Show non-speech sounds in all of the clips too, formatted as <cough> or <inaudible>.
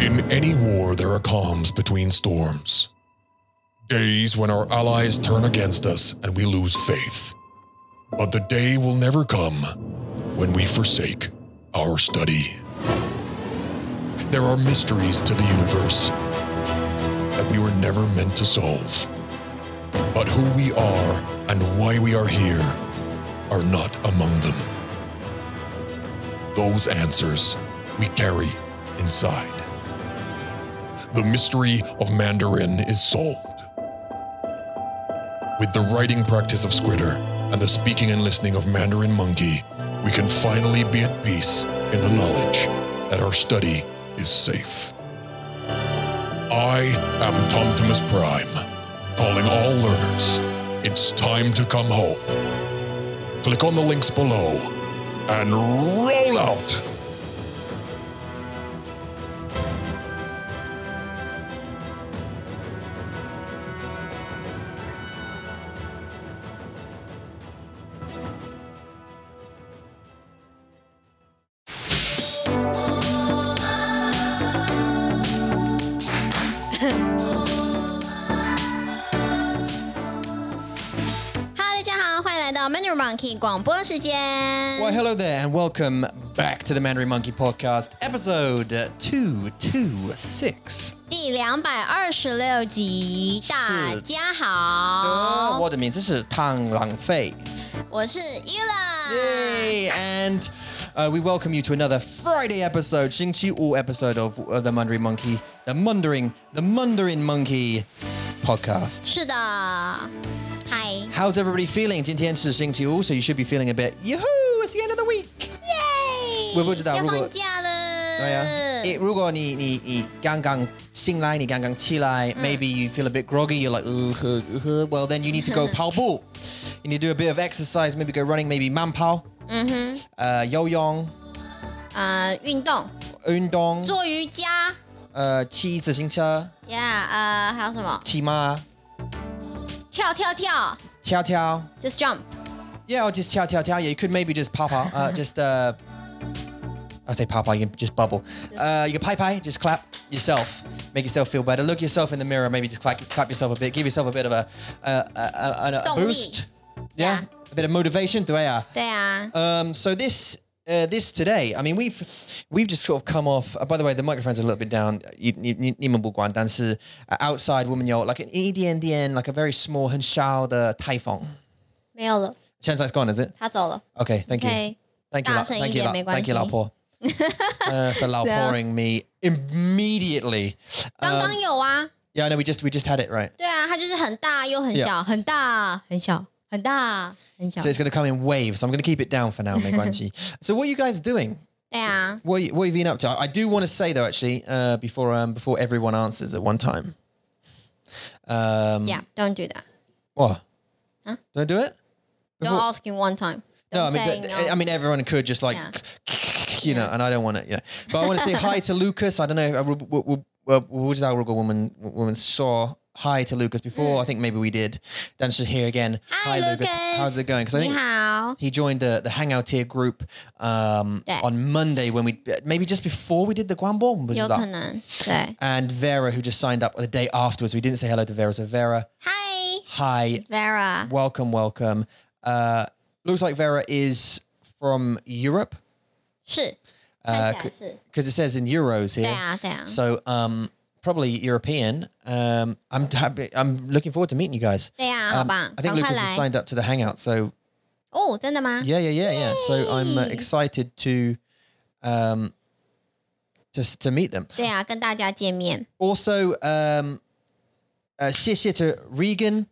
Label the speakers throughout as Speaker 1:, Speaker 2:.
Speaker 1: In any war, there are calms between storms. Days when our allies turn against us and we lose faith. But the day will never come when we forsake our study. There are mysteries to the universe that we were never meant to solve. But who we are and why we are here are not among them. Those answers we carry inside. The mystery of Mandarin is solved. With the writing practice of Squitter and the speaking and listening of Mandarin Monkey, we can finally be at peace in the knowledge that our study is safe. I am Tomtimus Prime, calling all learners. It's time to come home. Click on the links below and roll out.
Speaker 2: Hello，大家好，欢迎来到 Mandarin Monkey 广播时间。
Speaker 3: Well, hello there, and welcome back to the Mandarin Monkey Podcast, episode uh, 226.
Speaker 2: 第两百二十六集，大家好，
Speaker 3: Ah, What it means, this is Tang Lang Fei.
Speaker 2: 我是 Yula。
Speaker 3: Yay! And uh, we welcome you to another Friday episode, Xing Qi Wu episode of uh, the Mandarin Monkey, the Mundering, the Mundering Monkey Podcast.
Speaker 2: 是的，嗨，
Speaker 3: How's everybody feeling? 今天是星期 Wu, so you should be feeling a bit, yoo-hoo, it's the end of the week.
Speaker 2: 耶！
Speaker 3: 我不知道
Speaker 2: 要
Speaker 3: 如果
Speaker 2: 放假了。
Speaker 3: 对呀、It- 如果你你你刚刚醒来，你刚刚起来、m a y b e you feel a bit groggy, you're like, uh, huh, uh, huh," well then you need to go 跑步，you need to do a bit of exercise, maybe go running, maybe Uh, 慢跑，嗯哼，呃，游泳、
Speaker 2: 呃，运动，
Speaker 3: 运动，
Speaker 2: 做瑜伽，
Speaker 3: 呃，骑自行车，
Speaker 2: 呀，呃，还有什么？
Speaker 3: 骑马，
Speaker 2: 跳跳跳
Speaker 3: 跳跳
Speaker 2: ，just jump。
Speaker 3: ，yeah, or just 跳跳跳，yeah, you could maybe just 跑跑， <laughs> 呃、j u s t uh。I say papa, you can just bubble. Uh, you can pie pie, just clap yourself, make yourself feel better. Look yourself in the mirror, maybe just clap, clap yourself a bit, give yourself a bit of a, uh, a, a, a, a
Speaker 2: Don't
Speaker 3: boost.
Speaker 2: Yeah.
Speaker 3: Yeah. a bit of motivation. Do I?
Speaker 2: 对啊，
Speaker 3: Um, so this. Uh, this today, I mean, we've we've just sort of come off. Uh, by the way, the microphones are a little bit down. You- you- you- 你们不管，但是 uh, outside woman you like an E EDN, like a very small 很小的 typhoon.
Speaker 2: 没有了，
Speaker 3: 现在 it's gone, is it?
Speaker 2: 他走了。
Speaker 3: Okay, thank you.
Speaker 2: Okay. Ah,
Speaker 3: Thank you,
Speaker 2: 大
Speaker 3: la-
Speaker 2: 声
Speaker 3: thank
Speaker 2: 一
Speaker 3: you,
Speaker 2: 点，
Speaker 3: la-
Speaker 2: 没关
Speaker 3: thank you,
Speaker 2: 系。
Speaker 3: 老婆 uh,
Speaker 2: <laughs>
Speaker 3: for 老 pouring me immediately.
Speaker 2: 刚
Speaker 3: 呃
Speaker 2: 刚有啊，
Speaker 3: Yeah, I know we just we just had it right.
Speaker 2: 对啊，它就是很大又很小，很大很小，很大很小
Speaker 3: So。it's going to come in waves. I'm going to keep it down for now,
Speaker 2: <laughs>
Speaker 3: 没关系. so what are you guys doing?
Speaker 2: 对啊，
Speaker 3: What, you- what have you been up to? I I do want to say though, actually, uh, before um, before everyone answers at one time. Um,
Speaker 2: Yeah, don't do that.
Speaker 3: What? Don't do it.
Speaker 2: Don't
Speaker 3: Before-
Speaker 2: ask him one time.
Speaker 3: No, I
Speaker 2: Don't
Speaker 3: mean,
Speaker 2: say
Speaker 3: th-
Speaker 2: no.
Speaker 3: eh, I mean, everyone could just like,
Speaker 2: Yeah.
Speaker 3: <laughs> you know, and I don't want it, you know. But I want to say hi to Lucas. I don't know. uh, What our woman woman saw? Hi to Lucas before. I think maybe we did. Then she's here again.
Speaker 2: Mm. Hi, Lucas.
Speaker 3: How's it going? Because
Speaker 2: 你
Speaker 3: I think
Speaker 2: 好。
Speaker 3: he joined the the Hangout here group um,
Speaker 2: Yeah.
Speaker 3: on Monday when we uh, maybe just before we did the Guanbom.
Speaker 2: 有可能，对。
Speaker 3: And Vera, who just signed up the day afterwards, we didn't say hello to Vera. So Vera,
Speaker 2: Hi,
Speaker 3: hi,
Speaker 2: Vera.
Speaker 3: welcome, welcome. Uh, looks like Vera is from Europe.
Speaker 2: 是，
Speaker 3: 呃
Speaker 2: 看起来是，
Speaker 3: because it says in euros here.
Speaker 2: 对啊，对啊。
Speaker 3: So um, probably European. Um, I'm happy. I'm looking forward to meeting you guys.
Speaker 2: 对啊，好
Speaker 3: Um,
Speaker 2: 棒
Speaker 3: I，think
Speaker 2: 赶快
Speaker 3: Lucas
Speaker 2: 来。
Speaker 3: has signed up to the hangout. So
Speaker 2: 哦，真的吗？
Speaker 3: yeah, yeah, yeah, yeah. So I'm uh, excited to um, just to meet them.
Speaker 2: 对啊，跟大家见面。
Speaker 3: Also, um, uh, 谢谢 to Regan.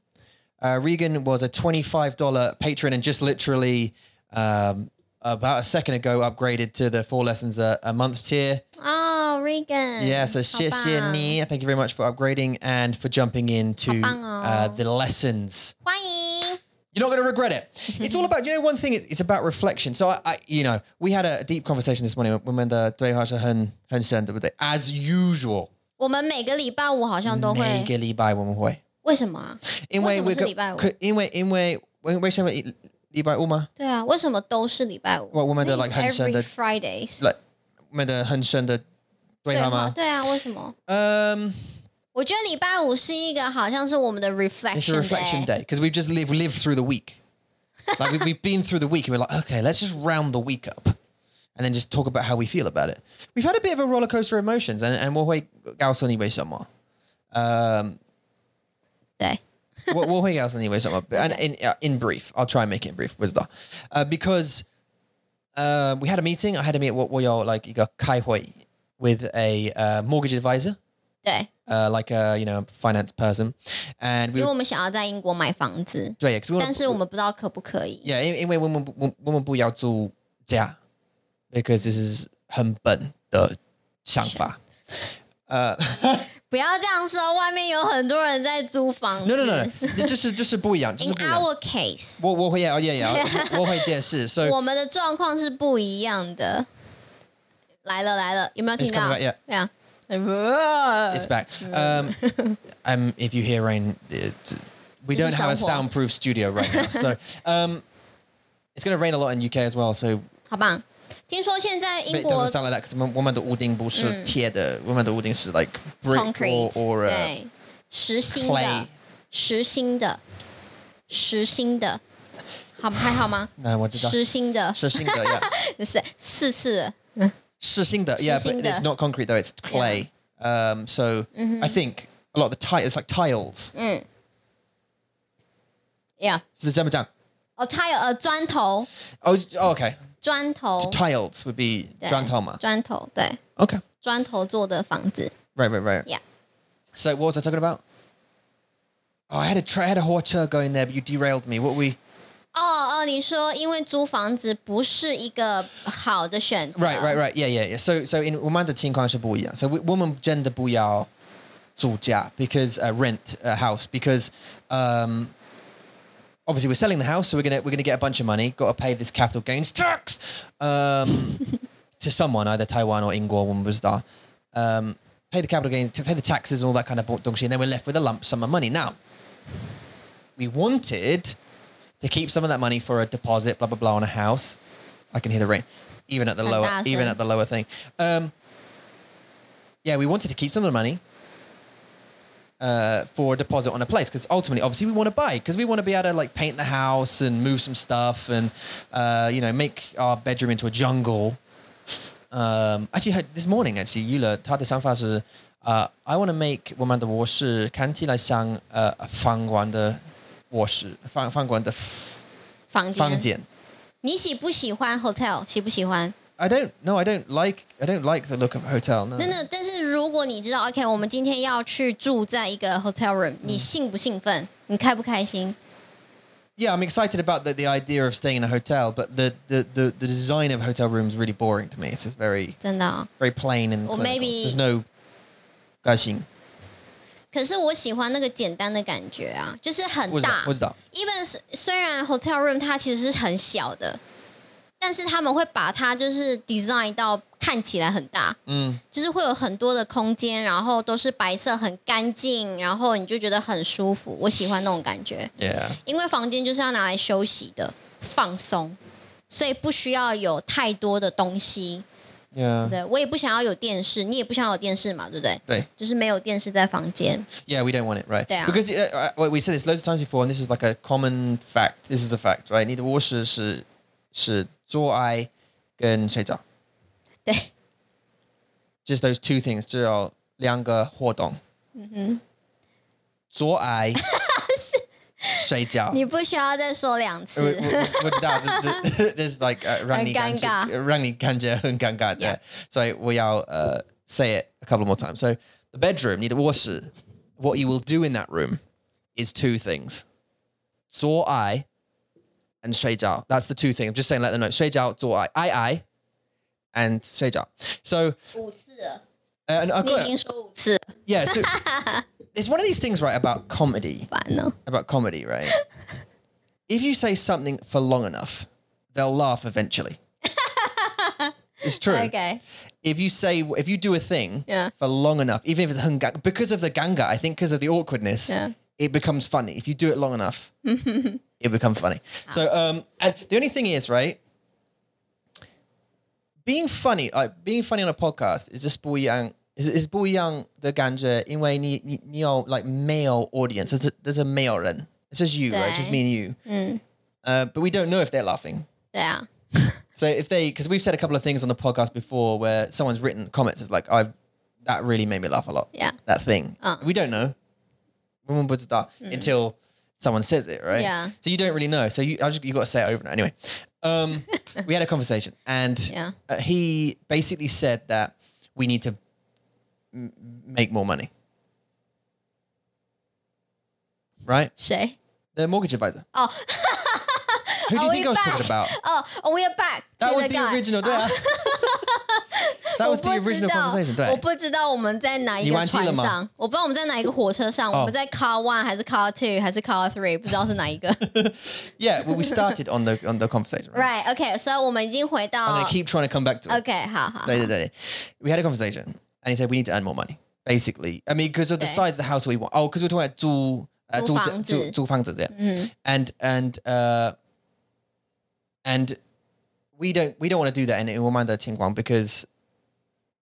Speaker 3: Uh, Regan was a $25 patron and just literally um, about a second ago upgraded to the four lessons a, a month tier.
Speaker 2: 哦，Regan。
Speaker 3: Yeah, so 谢谢你，Thank you very much for upgrading and for jumping into
Speaker 2: 好棒哦
Speaker 3: uh, the lessons.
Speaker 2: 欢迎。
Speaker 3: You're not going to regret it. It's all about you know one thing. It's, it's about reflection. So I, I, you know, we had a deep conversation this morning. 我们的对话是很很深，对不对？As usual，
Speaker 2: 我们每个礼拜五好像都会，
Speaker 3: 每个礼拜我们会，
Speaker 2: 为什么啊？为什么是礼拜五？
Speaker 3: 因为因为因为为什么礼拜五吗？
Speaker 2: 对啊，为什么都是礼拜五？
Speaker 3: 我我们的
Speaker 2: I think
Speaker 3: like
Speaker 2: it's
Speaker 3: 很深的
Speaker 2: every Fridays。
Speaker 3: like 我们的很深的对他吗？
Speaker 2: 对啊，为什么？
Speaker 3: Um,
Speaker 2: 我觉得礼拜五是一个好像是我们的
Speaker 3: it's
Speaker 2: reflection
Speaker 3: a reflection day because we've just lived lived through the week. Like we, we've been through the week, and we're like, okay, let's just round the week up, and then just talk about how we feel about it. We've had a bit of a roller coaster of emotions, and and we'll wait. Gauss anyway, somewhere.
Speaker 2: 对，
Speaker 3: we'll, we'll hang out anyway. Something, and in uh, in brief, I'll try and make it in brief. Was that uh, because um, we had a meeting? I had a meet. What were your like? You got kai hui with a uh, mortgage advisor,
Speaker 2: 对，
Speaker 3: uh, like a you know finance person, and we
Speaker 2: 因为我们想要在英国买房
Speaker 3: <laughs>
Speaker 2: 子，
Speaker 3: yeah, 'cause we
Speaker 2: 但
Speaker 3: wanna,
Speaker 2: 是我们不知道可不可以。
Speaker 3: yeah, 因-因为我们不我们不要住家 because this is 很笨的想法。
Speaker 2: 不要这样说，外面有很多人在租房子。
Speaker 3: No no
Speaker 2: <laughs>
Speaker 3: no，就是就是不一样，就是
Speaker 2: In our case，
Speaker 3: 我我会 yeah oh, yeah yeah 我会解释 so
Speaker 2: 我们的状况是不一样的。来了来了，有没有听
Speaker 3: It's
Speaker 2: 到
Speaker 3: coming right, yeah.？
Speaker 2: 对啊，
Speaker 3: It's back. Um, um, if you hear rain, it, we
Speaker 2: This
Speaker 3: don't
Speaker 2: is
Speaker 3: have a
Speaker 2: soundproof.
Speaker 3: soundproof studio right now, <laughs> so um, it's going to rain a lot in UK as well. So
Speaker 2: 好棒！听说现在
Speaker 3: but
Speaker 2: 英
Speaker 3: it
Speaker 2: 国
Speaker 3: doesn't sound like that because woman the wooden bullshit tear the woman the wooden is like brick or,
Speaker 2: concrete
Speaker 3: or uh,
Speaker 2: 对实心的
Speaker 3: clay
Speaker 2: 实心的实心的，好还好
Speaker 3: <sighs>
Speaker 2: 吗？
Speaker 3: no what did I?
Speaker 2: 实心的
Speaker 3: 实心的, yeah. <laughs>
Speaker 2: 是四次了，
Speaker 3: 实心的, yeah, but
Speaker 2: 实心的。
Speaker 3: it's not concrete though; it's clay. Um, so I think a lot of the tiles, it's like tiles.
Speaker 2: 嗯，Yeah，
Speaker 3: 是这么讲？
Speaker 2: 哦，它有呃砖头
Speaker 3: Oh, oh, okay.
Speaker 2: 砖
Speaker 3: Oh.
Speaker 2: 头
Speaker 3: Tiles would be
Speaker 2: 对
Speaker 3: 砖头嘛。
Speaker 2: 砖头对
Speaker 3: Okay,
Speaker 2: 砖头做的房子
Speaker 3: right, right, right.
Speaker 2: ，Yeah，
Speaker 3: So what was I talking about? Oh, I had a tra- I had a horchur going there, but you derailed me. What we?
Speaker 2: 哦哦，你说因为租房子不是一个好的选择
Speaker 3: Right, right, right. Yeah, yeah, yeah. So so in woman the Qingquang So woman gender buyao zujia because uh, rent a house because um obviously we're selling the house, so we're gonna we're gonna get a bunch of money. Got to pay this capital gains tax um to someone either Taiwan or Ingor woman was there. Um, pay the capital gains, pay the taxes, and all that kind of dongshi, and then we're left with a lump sum of money. Now, we wanted to keep some of that money for a deposit, blah blah blah, on a house. I can hear the rain, even at the lower,
Speaker 2: Fantastic.
Speaker 3: even at the lower thing. Um, yeah, we wanted to keep some of the money uh, for a deposit on a place because ultimately, obviously, we want to buy because we want to be able to like paint the house and move some stuff and uh, you know make our bedroom into a jungle. Um, actually, had- this morning actually, Yula 她的想法是, uh, I want to make 我们的卧室看起来像 uh, 饭馆的卧室，饭饭馆的房间。
Speaker 2: 房间你喜不喜欢 hotel？喜不喜欢？
Speaker 3: I don't no, I don't like I don't like the look of a hotel. No.
Speaker 2: 真的，但是如果你知道，OK，我们今天要去住在一个 hotel
Speaker 3: 嗯
Speaker 2: room，你兴不兴奋？你开不开心？
Speaker 3: Yeah, I'm excited about the, the idea of staying in a hotel, but the, the, the, the design of hotel rooms is really boring to me. It's just very
Speaker 2: 真的哦、
Speaker 3: very plain and
Speaker 2: Or
Speaker 3: clinical.
Speaker 2: maybe-
Speaker 3: there's no gushing.
Speaker 2: 可是我喜欢那个简单的感觉啊，就是很
Speaker 3: 我知道
Speaker 2: 大。
Speaker 3: 我知道
Speaker 2: even 是虽然 hotel room 它其实是很小的，但是他们会把它就是 design 到看起来很大，
Speaker 3: Mm.
Speaker 2: 就是会有很多的空间，然后都是白色，很干净，然后你就觉得很舒服。我喜欢那种感觉。
Speaker 3: Yeah.
Speaker 2: 因为房间就是要拿来休息的、放松，所以不需要有太多的东西。
Speaker 3: Yeah.
Speaker 2: 对我也不想要有电视，你也不想要有电视嘛，对不对？
Speaker 3: 对
Speaker 2: 就是没有电视在房
Speaker 3: <laughs>
Speaker 2: 间。
Speaker 3: Yeah, we don't want it, right?
Speaker 2: Yeah.
Speaker 3: Because uh, uh, well, we said this loads of times before, and this is like a common fact. This is a fact, right? 你的卧室是是做爱跟睡觉
Speaker 2: 对
Speaker 3: ，just those two things 只有两个活动。嗯哼。做爱睡觉。
Speaker 2: 你不需要再说两 <laughs>
Speaker 3: 我
Speaker 2: 次。
Speaker 3: 我我知道，这这 <laughs> 这是 like uh, 呃让你感觉
Speaker 2: 很尴尬
Speaker 3: 让你感觉 <laughs> 很尴尬的
Speaker 2: Yeah.，
Speaker 3: 所以我要呃 uh, say it a couple more times. So the bedroom, 你的卧室，what you will do in that room is two things: 做爱 and 睡觉。That's the two things. I'm just saying, let them know. 睡觉做爱，爱爱 and 睡觉。So
Speaker 2: 五次了，
Speaker 3: uh, and I've
Speaker 2: 你
Speaker 3: got
Speaker 2: 已经
Speaker 3: it.
Speaker 2: 说五次了，
Speaker 3: yeah. So it's one of these things, right, about comedy.
Speaker 2: 烦了。
Speaker 3: about comedy, right? if you say something for long enough, they'll laugh eventually. it's true.
Speaker 2: OK，
Speaker 3: If you say if you do a thing
Speaker 2: Yeah.
Speaker 3: for long enough, even if it's hung because of the ganga, I think because of the awkwardness,
Speaker 2: Yeah.
Speaker 3: it becomes funny. If you do it long
Speaker 2: <laughs>
Speaker 3: enough, it becomes funny. So
Speaker 2: Ah.
Speaker 3: um, and the only thing is, right? Being funny, like being funny on a podcast is just 不一样 is is 不一样的感觉，因为你你你有 like male audience，这是这是没有人，it's just you right，just me and you，嗯，
Speaker 2: Mm.
Speaker 3: 呃、b u t we don't know if they're laughing。
Speaker 2: 对啊，
Speaker 3: So if they, because we've said a couple of things on the podcast before where someone's written comments, it's like, I've, that really made me laugh a lot.
Speaker 2: Yeah. Uh.
Speaker 3: That thing. We don't know. We won't put it up until someone says it, right?
Speaker 2: Hmm. Yeah.
Speaker 3: So you don't really know. So you, I just, you got to say it over and over. Anyway,
Speaker 2: <laughs>
Speaker 3: um, we had a conversation and
Speaker 2: Yeah.
Speaker 3: uh, he basically said that we need to m- make more money. Right?
Speaker 2: 谁？
Speaker 3: The mortgage advisor.
Speaker 2: <laughs>
Speaker 3: Oh. Who do you
Speaker 2: Are
Speaker 3: think
Speaker 2: we
Speaker 3: I was
Speaker 2: back?
Speaker 3: talking about?
Speaker 2: Oh, we're back.
Speaker 3: That
Speaker 2: to
Speaker 3: was the
Speaker 2: guy.
Speaker 3: original. <laughs> yeah. that
Speaker 2: 我
Speaker 3: was
Speaker 2: 不
Speaker 3: the
Speaker 2: 知
Speaker 3: original
Speaker 2: 道，
Speaker 3: conversation.
Speaker 2: 我
Speaker 3: 对，
Speaker 2: 不知道我们在哪一
Speaker 3: 你
Speaker 2: 个
Speaker 3: 忘记了
Speaker 2: 船
Speaker 3: 吗哦
Speaker 2: 上，我不知道我们在哪一个火车上，我们在 Car One 还是 Car Two 还是 Car Three，不知道是哪一个。
Speaker 3: yeah. Well, we started on the on the conversation. Right.
Speaker 2: right, OK，所以我们已经回
Speaker 3: I'm
Speaker 2: 到
Speaker 3: gonna keep trying to come back to it.
Speaker 2: OK，好好。
Speaker 3: No, no, no. We had a conversation, and he said we need to earn more money. Basically, I mean, because of the
Speaker 2: Okay.
Speaker 3: size of the house we want. Oh, because we're talking about uh, 租呃
Speaker 2: 租房子。
Speaker 3: 租租房子 yeah. And and uh, and we don't we don't want to do that in Umanda Tingguang because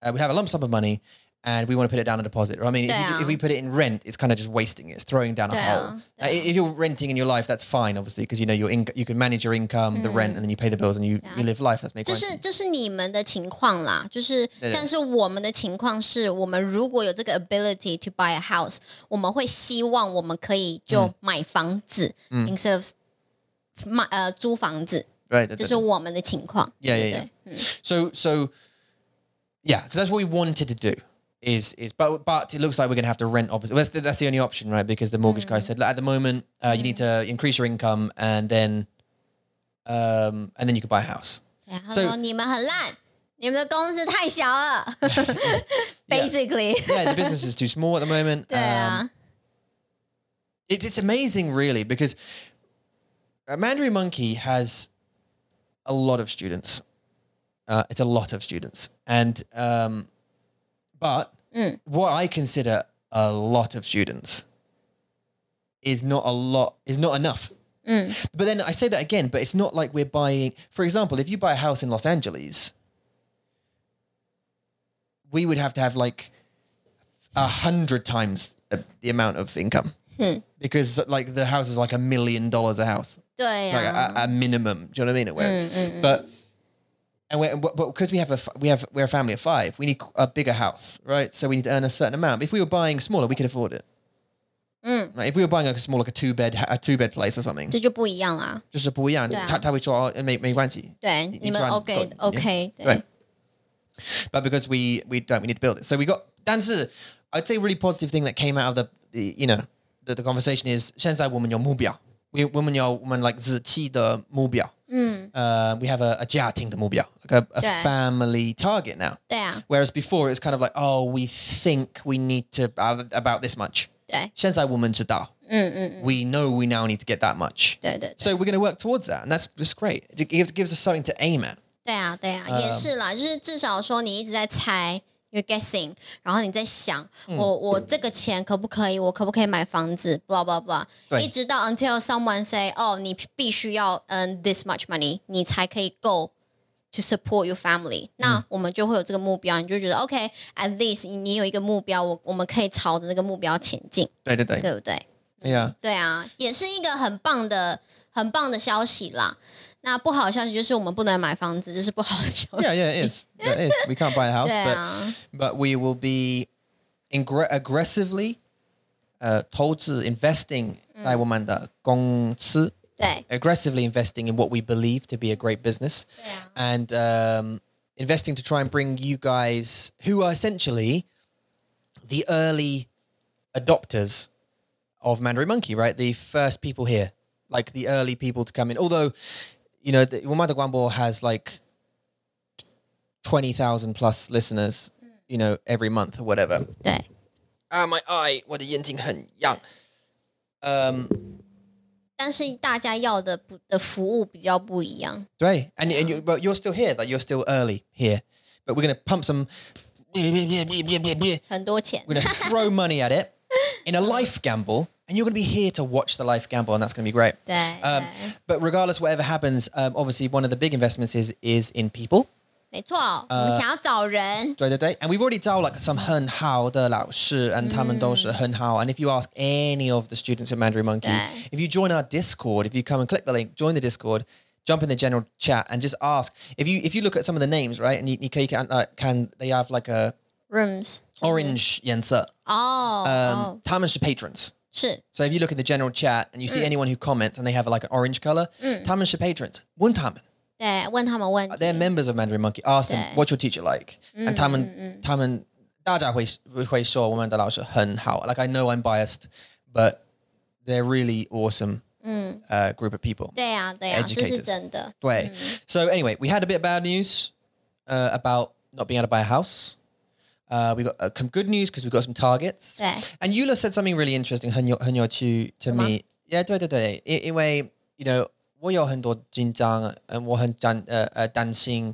Speaker 3: uh, we have a lump sum of money. And we want to put it down a deposit. Right? I mean, if, you,
Speaker 2: 对啊。
Speaker 3: if we put it in rent, it's kind of just wasting it. It's throwing down a
Speaker 2: 对啊，
Speaker 3: hole. Uh, if you're renting in your life, that's fine, obviously, because you know your inc- you can manage your income, the rent, and then you pay the bills and you, you live life. That's
Speaker 2: 就
Speaker 3: making
Speaker 2: 是就是你们的情况啦，就是
Speaker 3: 对
Speaker 2: 但是我们的情况是我们如果有这个 ability to buy a house，我们会希望我们可以
Speaker 3: 嗯
Speaker 2: 就买房子、i n s t e a d of 买呃租房子，
Speaker 3: right.
Speaker 2: 这
Speaker 3: that's-
Speaker 2: 是我们的情况。
Speaker 3: Yeah,
Speaker 2: 对
Speaker 3: yeah, yeah.
Speaker 2: 对
Speaker 3: So so yeah, so that's what we wanted to do. Is is but but it looks like we're gonna have to rent. Obviously, that's the, that's the only option, right? Because the mortgage guy said like, at the moment uh, you need to increase your income and then um and then you could buy a house.
Speaker 2: 对他
Speaker 3: So-
Speaker 2: 说你们很烂，你们的公司太小
Speaker 3: <laughs>
Speaker 2: 了，basically，
Speaker 3: Yeah, the business is too small at the moment.
Speaker 2: 对
Speaker 3: Um,
Speaker 2: 啊，
Speaker 3: it, it's amazing, really, because uh, Mandarin Monkey has a lot of students. Uh, it's a lot of students, and um, but what I consider a lot of students is not a lot is not enough. But then I say that again, but it's not like we're buying. For example, if you buy a house in Los Angeles, we would have to have like a hundred times the, the amount of income because like the house is like a million dollars a house,
Speaker 2: 对
Speaker 3: like uh，
Speaker 2: 啊，
Speaker 3: a, a minimum. Do you know what I mean? At where- But and we but because we have a f- we have we're a family of five, we need a bigger house, right? So we need to earn a certain amount. If we were buying smaller, we could afford it. Like if we were buying like a small, like a two bed, a two bed place or something,
Speaker 2: 这就不一样啦。
Speaker 3: 就是不一样，
Speaker 2: 对啊
Speaker 3: 他他会说哦，没没关系。
Speaker 2: 对，
Speaker 3: 你
Speaker 2: 你们
Speaker 3: 赚
Speaker 2: OK
Speaker 3: 够
Speaker 2: OK，
Speaker 3: 对
Speaker 2: 对，。
Speaker 3: But because we we don't, we need to build it. So we got. 但是 I'd say a really positive thing that came out of the, the you know the, the conversation is 现在我们有目标，we women 有我们 like 子期的目标。嗯。呃、we Uh, have a, a 家庭的目标，like a, a
Speaker 2: 对
Speaker 3: family target now.
Speaker 2: 对啊，
Speaker 3: Whereas before it's kind of like oh we think we need to uh, about this much.
Speaker 2: 对，
Speaker 3: 现在我们知道。嗯嗯。We know we now need to get that much.
Speaker 2: 对对对。
Speaker 3: So we're going to work towards that, and that's just great. It gives, gives us something to aim at.
Speaker 2: 对啊，对啊，也是啦，就是至少说你一直在猜，you're guessing，然后你在想，我我这个钱可不可以，我可不可以买房子，blah blah blah，
Speaker 3: 对
Speaker 2: 一直到 until someone say，哦，你必须要嗯 this much money，你才可以够 to support your family，那我们就会有这个目标，你就觉得 OK，at least 你你有一个目标，我我们可以朝着那个目标前进，
Speaker 3: 对对对，
Speaker 2: 对不对？
Speaker 3: yeah.
Speaker 2: 对啊，也是一个很棒的、很棒的消息啦。那不好的消息就是我们不能买房子，这是不好的消息。
Speaker 3: Yeah, yeah, it is. Yeah, it is. We can't buy a house,
Speaker 2: Yeah.
Speaker 3: but but we will be ingre- aggressively uh, 投资 investing 在我们的公司
Speaker 2: 对
Speaker 3: aggressively investing in what we believe to be a great business and um, investing to try and bring you guys who are essentially the early adopters of Mandarin Monkey, right? The first people here, like the early people to come in. Although, you know, the Wamada Guambo has like 20,000 plus listeners, you know, every month or whatever.
Speaker 2: 对
Speaker 3: Ah, my eye, what a yinting hen yang. Um,
Speaker 2: 但是大家要的不的服务比较不一样。
Speaker 3: Right. And, and you, but you're still here, like you're still early here. But we're going to pump some, we're
Speaker 2: 很多钱，
Speaker 3: going to throw money at it in a life gamble. And you're going to be here to watch the life gamble, and that's going to be great.
Speaker 2: 对
Speaker 3: Um,
Speaker 2: 对
Speaker 3: but regardless, whatever happens, um, obviously one of the big investments is is in people,
Speaker 2: 没错，我们想要找人，
Speaker 3: 对对对。And we've already told like some 很好的老师 and 他们都是很好. And if you ask any of the students at Mandarin Monkey,
Speaker 2: 对。
Speaker 3: if you join our Discord, if you come and click the link, join the Discord, jump in the general chat and just ask. If you if you look at some of the names, right, and you, you can, uh, can they have like a
Speaker 2: rooms 就
Speaker 3: 哦
Speaker 2: 是
Speaker 3: orange 颜色.
Speaker 2: 哦
Speaker 3: Um,
Speaker 2: 哦
Speaker 3: 他们是 patrons.
Speaker 2: 是
Speaker 3: So if you look in the general chat and you see anyone who comments and they have like an orange color, 他们是 patrons. 问他们
Speaker 2: 对，问他们问题
Speaker 3: they're members of Mandarin Monkey. Ask them,
Speaker 2: 对。
Speaker 3: what's your teacher like? And 他们,他们,大家会,会说我们的老师很好. Like I know I'm biased, but they're really awesome uh, group of people.
Speaker 2: 对呀、对呀、啊这是
Speaker 3: educators
Speaker 2: 真的。
Speaker 3: Way. So anyway, we had a bit of bad news uh, about not being able to buy a house. Uh, we got uh, some good news because we got some targets.
Speaker 2: 对
Speaker 3: And Eula said something really interesting 很有-很有趣 to me. Yeah, 对对对，因因为 you know 我有很多紧张，嗯，我很担呃呃担心，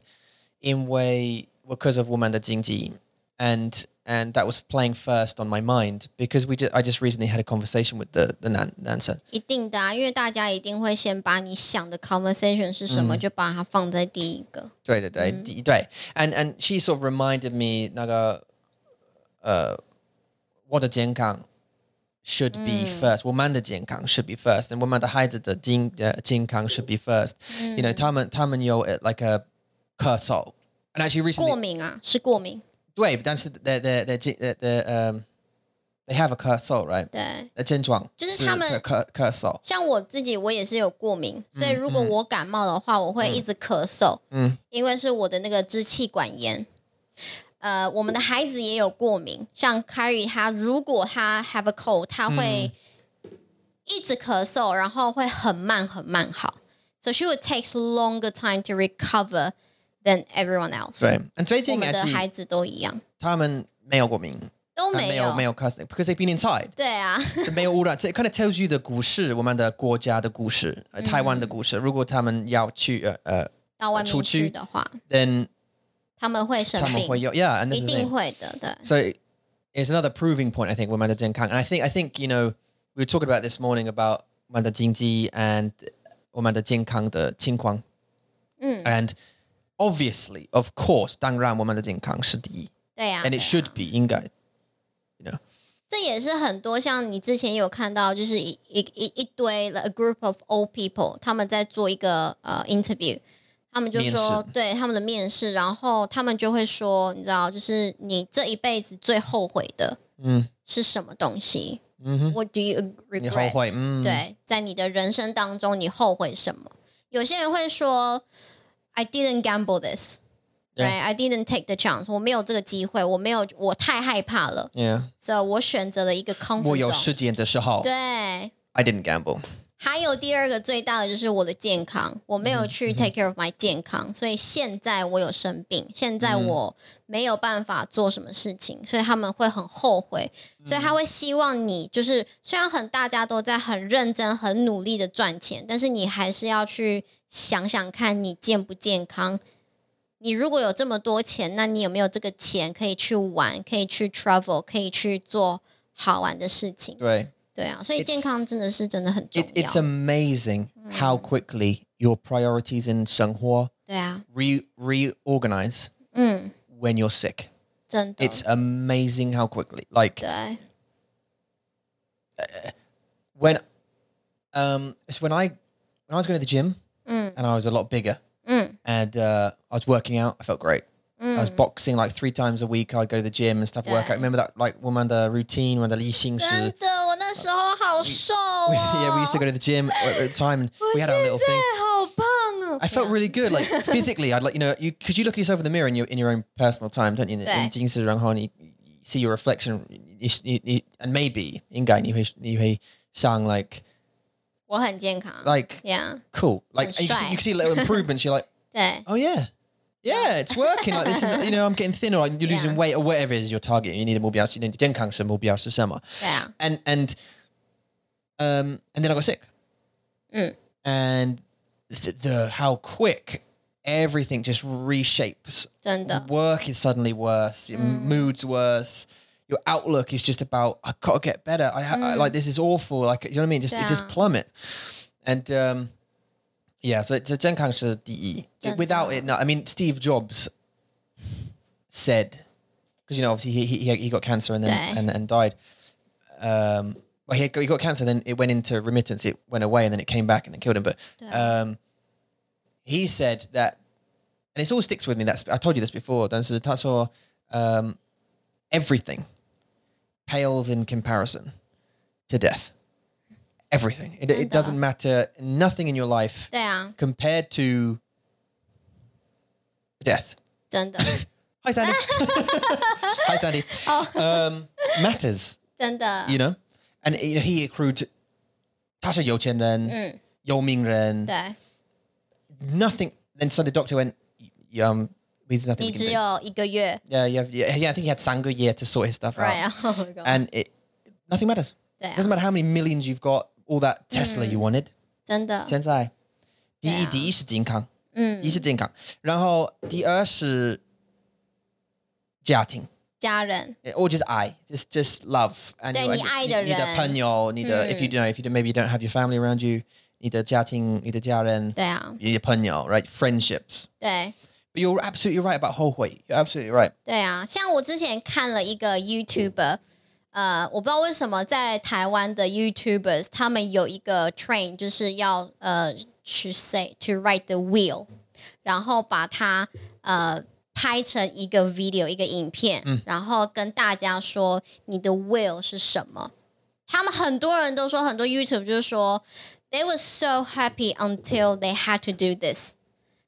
Speaker 3: 因为 because of 我们的经济，and and that was playing first on my mind because we just I just recently had a conversation with the the Nan Nansen.
Speaker 2: 一定的啊，因为大家一定会先把你想的 conversation 是什么，
Speaker 3: 嗯
Speaker 2: 就把它放在第一个。
Speaker 3: 对对对、嗯、对，and and she sort of reminded me 那个呃我的健康 should be first. 我们的健康 should be first, and 我们的孩子的健呃健康 should be first. You know, 他们他们有 uh, like a 咳嗽 and actually
Speaker 2: 过
Speaker 3: recently
Speaker 2: 敏啊，是过敏。
Speaker 3: 对，但是 they they they they they um they have a 咳嗽 right
Speaker 2: 对，
Speaker 3: 症状
Speaker 2: 就是他们-
Speaker 3: 咳咳嗽
Speaker 2: 像我自己，我也是有过敏，所以如果我感冒的话，我会一直咳嗽。
Speaker 3: 嗯，
Speaker 2: 因为是我的那个支气管炎。呃，我们的孩子也有过敏，像 Carrie 他如果他 have a cold，他会嗯一直咳嗽，然后会很慢很慢好。So she would takes longer time to recover than everyone else。，
Speaker 3: 对，and
Speaker 2: 我
Speaker 3: 最近
Speaker 2: 们的
Speaker 3: actually
Speaker 2: 孩子都一样，
Speaker 3: 他们没有过敏。
Speaker 2: 都啊没有，
Speaker 3: 没有没有 because they've been inside.
Speaker 2: 对啊，
Speaker 3: So 没有污染，so it kind of tells you the 故事，我们的国家的故事，呃，台湾的故事。如果他们要去呃呃，then
Speaker 2: 到外
Speaker 3: 出
Speaker 2: 面
Speaker 3: 去
Speaker 2: 去的话，他们会生病，
Speaker 3: 他们会有，yeah，and
Speaker 2: 一定会的，对。
Speaker 3: So it's another proving point, I think, with Manda Jin Kang. And I think, I think, you know, we were talking about this morning about Manda Jingji and Manda Jin Kang, the Qingguang.
Speaker 2: Mm.
Speaker 3: And obviously, of course, Dang Ran Manda Jin Kang
Speaker 2: 对呀、啊，
Speaker 3: And
Speaker 2: 对
Speaker 3: it
Speaker 2: 啊
Speaker 3: should be, 应该。
Speaker 2: 这也是很多像你之前有看到，就是一一一一堆 a group of old people，他们在做一个呃 interview，他们就说
Speaker 3: 面
Speaker 2: 对他们的面试，然后他们就会说，你知道，就是你这一辈子最后悔的，
Speaker 3: 嗯
Speaker 2: 是什么东西？
Speaker 3: 嗯哼
Speaker 2: w h a t do you
Speaker 3: 你后
Speaker 2: regret？
Speaker 3: 悔，嗯，
Speaker 2: 对，在你的人生当中，你后悔什么？有些人会说，I didn't gamble this。
Speaker 3: Yeah.
Speaker 2: Right, I didn't take the chance. 我没有这个机会，我没有，我太害怕了。
Speaker 3: ，yeah，
Speaker 2: 所以我选择了一个 comfort zone。
Speaker 3: 我有时间的时候
Speaker 2: 对，
Speaker 3: I didn't gamble.
Speaker 2: 还有第二个最大的就是我的健康，我没有
Speaker 3: 嗯
Speaker 2: 去 take care of my 健康，所以现在我有生病，现在
Speaker 3: 嗯
Speaker 2: 我没有办法做什么事情，所以他们会很后悔，
Speaker 3: 嗯
Speaker 2: 所以他会希望你就是虽然很大家都在很认真、很努力的赚钱，但是你还是要去想想看你健不健康。你如果有这么多钱，那你有没有这个钱可以去玩，可以去 travel，可以去做好玩的事情？
Speaker 3: Right.
Speaker 2: 对啊，所以
Speaker 3: It's-
Speaker 2: 健康真的是真的很重
Speaker 3: It,
Speaker 2: 要。
Speaker 3: it's amazing how quickly your priorities in 生活
Speaker 2: 对啊，
Speaker 3: re, reorganize
Speaker 2: 嗯，
Speaker 3: when you're sick.
Speaker 2: 真的
Speaker 3: It's amazing how quickly. Like
Speaker 2: 对
Speaker 3: when um it's when I when I was going to the gym and I was a lot bigger.
Speaker 2: 嗯
Speaker 3: And uh, I was working out, I felt great. I was boxing like three times a week. I'd go to the gym and stuff, work out.
Speaker 2: Yeah.
Speaker 3: Remember that like woman the routine when the Li Xing
Speaker 2: 真的，我那时候好瘦哦。
Speaker 3: <laughs> Yeah, we used to go to the gym at at the time and
Speaker 2: 我
Speaker 3: we
Speaker 2: 现
Speaker 3: had
Speaker 2: 在
Speaker 3: our little things.
Speaker 2: 好胖哦。
Speaker 3: I felt really good,
Speaker 2: <laughs>
Speaker 3: like physically. I'd like you know, you because you look at yourself in the mirror in your in your own personal time, don't you? In, in
Speaker 2: 对。
Speaker 3: 精神然后你- you, see your reflection, you, you, you, and maybe in guy you you sound like
Speaker 2: 我很健康。
Speaker 3: like
Speaker 2: Yeah，
Speaker 3: cool, like and you, see,
Speaker 2: 很帅。
Speaker 3: you see
Speaker 2: <laughs>
Speaker 3: little improvements. You're like,
Speaker 2: 对
Speaker 3: oh yeah, yeah, it's working. Like this is you know, I'm getting thinner. Like, you're
Speaker 2: <laughs>
Speaker 3: losing
Speaker 2: Yeah.
Speaker 3: weight or whatever it is your target. You need a more you need to summer
Speaker 2: 对啊，
Speaker 3: and and um and then I got sick.
Speaker 2: Mm.
Speaker 3: And the, the how quick everything just reshapes.
Speaker 2: 真的。
Speaker 3: Work is suddenly worse. Your
Speaker 2: Mm.
Speaker 3: mood's worse. Your outlook is just about I gotta get better. I, ha- I like this is awful. Like you know what I mean? Just it just
Speaker 2: Mm. Yeah.
Speaker 3: plummet. And E. um, yeah, so it's a Kang without it. No, I mean Steve Jobs said, because you know obviously he, he he got cancer and then
Speaker 2: Yeah.
Speaker 3: and, and died. Um, well, he, had, got- he got cancer, then it went into remittance, it went away, and then it came back and it killed him. But um, he said that, and this all sticks with me. That's I told you this before. That's that's all, um, everything pales in comparison to death. Everything. It, it doesn't matter. Nothing in your life
Speaker 2: 对啊，
Speaker 3: compared to death.
Speaker 2: 真的，<laughs>
Speaker 3: Hi, Sandy. Hi, Sandy.
Speaker 2: Oh.
Speaker 3: Um, matters,
Speaker 2: 真的，
Speaker 3: you know, and you know, he accrued Tasha
Speaker 2: Mm.
Speaker 3: Yochen Yao Mingren,
Speaker 2: 对
Speaker 3: nothing. Then so the doctor went, y- y- um, there's nothing.
Speaker 2: 你
Speaker 3: we can
Speaker 2: 只
Speaker 3: do.
Speaker 2: 有一个月
Speaker 3: Yeah, yeah, yeah, yeah. I think he had Sangha year to sort his stuff
Speaker 2: ，right？
Speaker 3: out,
Speaker 2: 啊 Oh my god
Speaker 3: and it nothing matters.
Speaker 2: Yeah.
Speaker 3: Doesn't matter how many millions you've got, all that Tesla
Speaker 2: Mm.
Speaker 3: you wanted. E
Speaker 2: 真的，
Speaker 3: 现在，第
Speaker 2: 对
Speaker 3: 一，
Speaker 2: 啊
Speaker 3: 第一是健康，
Speaker 2: Mm.
Speaker 3: 嗯，一是健康，然后第二是家庭，
Speaker 2: 家人，
Speaker 3: Yeah, Eh, or just I, just just love and
Speaker 2: 对，
Speaker 3: your-
Speaker 2: 你爱的人。
Speaker 3: 你的朋友，你的- if you don't if you don't, maybe you don't have your family around you, 你的家庭，你的家人，
Speaker 2: 对啊，
Speaker 3: 你的朋友, right? Friendships.
Speaker 2: 对
Speaker 3: But you're absolutely right about 后悔. You're absolutely right.
Speaker 2: 对啊。像我之前看了一个 YouTuber，呃，我不知道为什么在台湾的 YouTubers 他们有一个 train，就是要呃去 say to write the wheel，然后把它呃拍成一个 video 一个影片，然后跟大家说你的 will 是什么。他们很多人都说，很多 YouTube 就是说，they were so happy until they had to do this。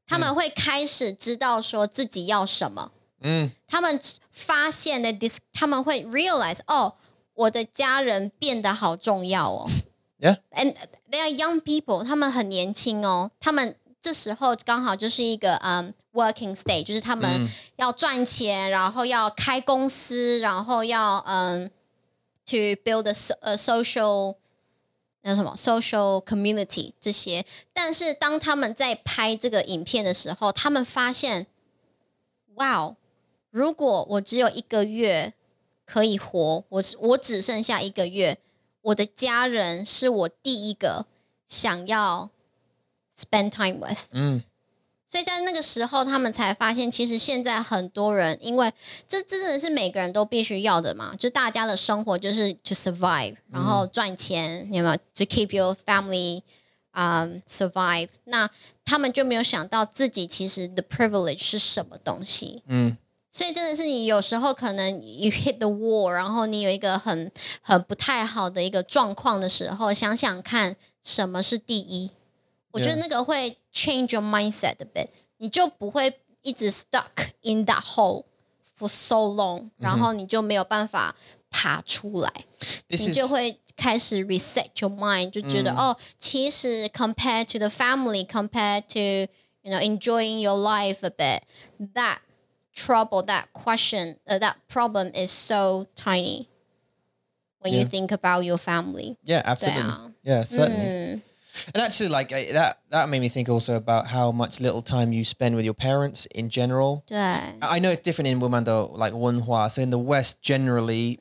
Speaker 2: 他们会开始知道说自己要什么。
Speaker 3: 嗯，
Speaker 2: 他们发现的 dis，他们会 realize 哦，我的家人变得好重要哦。
Speaker 3: Yeah.
Speaker 2: And they are young people，他们很年轻哦，他们这时候刚好就是一个嗯、working stage，就是他们要赚钱，然后要开公司，然后要嗯、to build a so- a social 那什么 social community 这些。但是当他们在拍这个影片的时候，他们发现，哇哦，如果我只有一个月可以活，我只我只剩下一个月，我的家人是我第一个想要 spend time with。
Speaker 3: 嗯，
Speaker 2: 所以在那个时候，他们才发现，其实现在很多人，因为这这真的是每个人都必须要的嘛，就大家的生活就是 to survive，然后赚钱，你有没有 to keep your family 啊、survive？那他们就没有想到自己其实 the privilege 是什么东西。
Speaker 3: 嗯，
Speaker 2: 所以真的是你有时候可能 you <laughs> hit the wall，然后你有一个很很不太好的一个状况的时候，想想看什么是第一。我觉得
Speaker 3: Yeah.
Speaker 2: 那个会 change your mindset a bit，你就不会一直 stuck in that hole for so long，然后你就没有办法爬出来。
Speaker 3: This
Speaker 2: 你
Speaker 3: is
Speaker 2: 就会开始 reset your mind，就觉得、哦，其实 compared to the family, compared to you know enjoying your life a bit, that trouble, that question, uh, that problem is so tiny when you
Speaker 3: Yeah.
Speaker 2: think about your family.
Speaker 3: yeah, absolutely.
Speaker 2: Yeah.
Speaker 3: Yeah, certainly. And actually, like I, that, that made me think also about how much little time you spend with your parents in general.
Speaker 2: 对
Speaker 3: I I know it's different in women though, like Wunhua. So in the West, generally,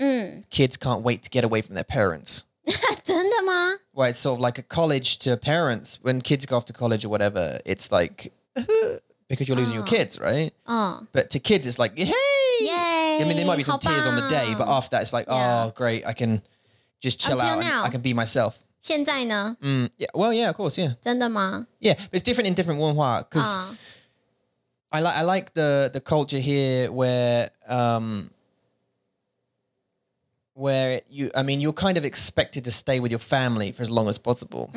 Speaker 3: kids can't wait to get away from their parents.
Speaker 2: <laughs> 真的吗？
Speaker 3: Well, it's sort of like a college to parents. When kids go off to college or whatever, it's like <laughs> because you're
Speaker 2: Ah.
Speaker 3: losing your kids, right?
Speaker 2: 嗯，
Speaker 3: But to kids, it's like hey.
Speaker 2: 耶！
Speaker 3: I mean, there might be
Speaker 2: 好
Speaker 3: some tears on the day,
Speaker 2: 棒
Speaker 3: but after that, it's like
Speaker 2: Yeah.
Speaker 3: oh great, I can just chill
Speaker 2: Until
Speaker 3: out. and
Speaker 2: now.
Speaker 3: I can be myself.
Speaker 2: 现在呢？
Speaker 3: Mm, yeah. Well, yeah, of course, yeah,
Speaker 2: 真的吗？
Speaker 3: yeah. But it's different in different Wunhua because
Speaker 2: 啊、
Speaker 3: I like I like the the culture here where um where you I mean you're kind of expected to stay with your family for as long as possible.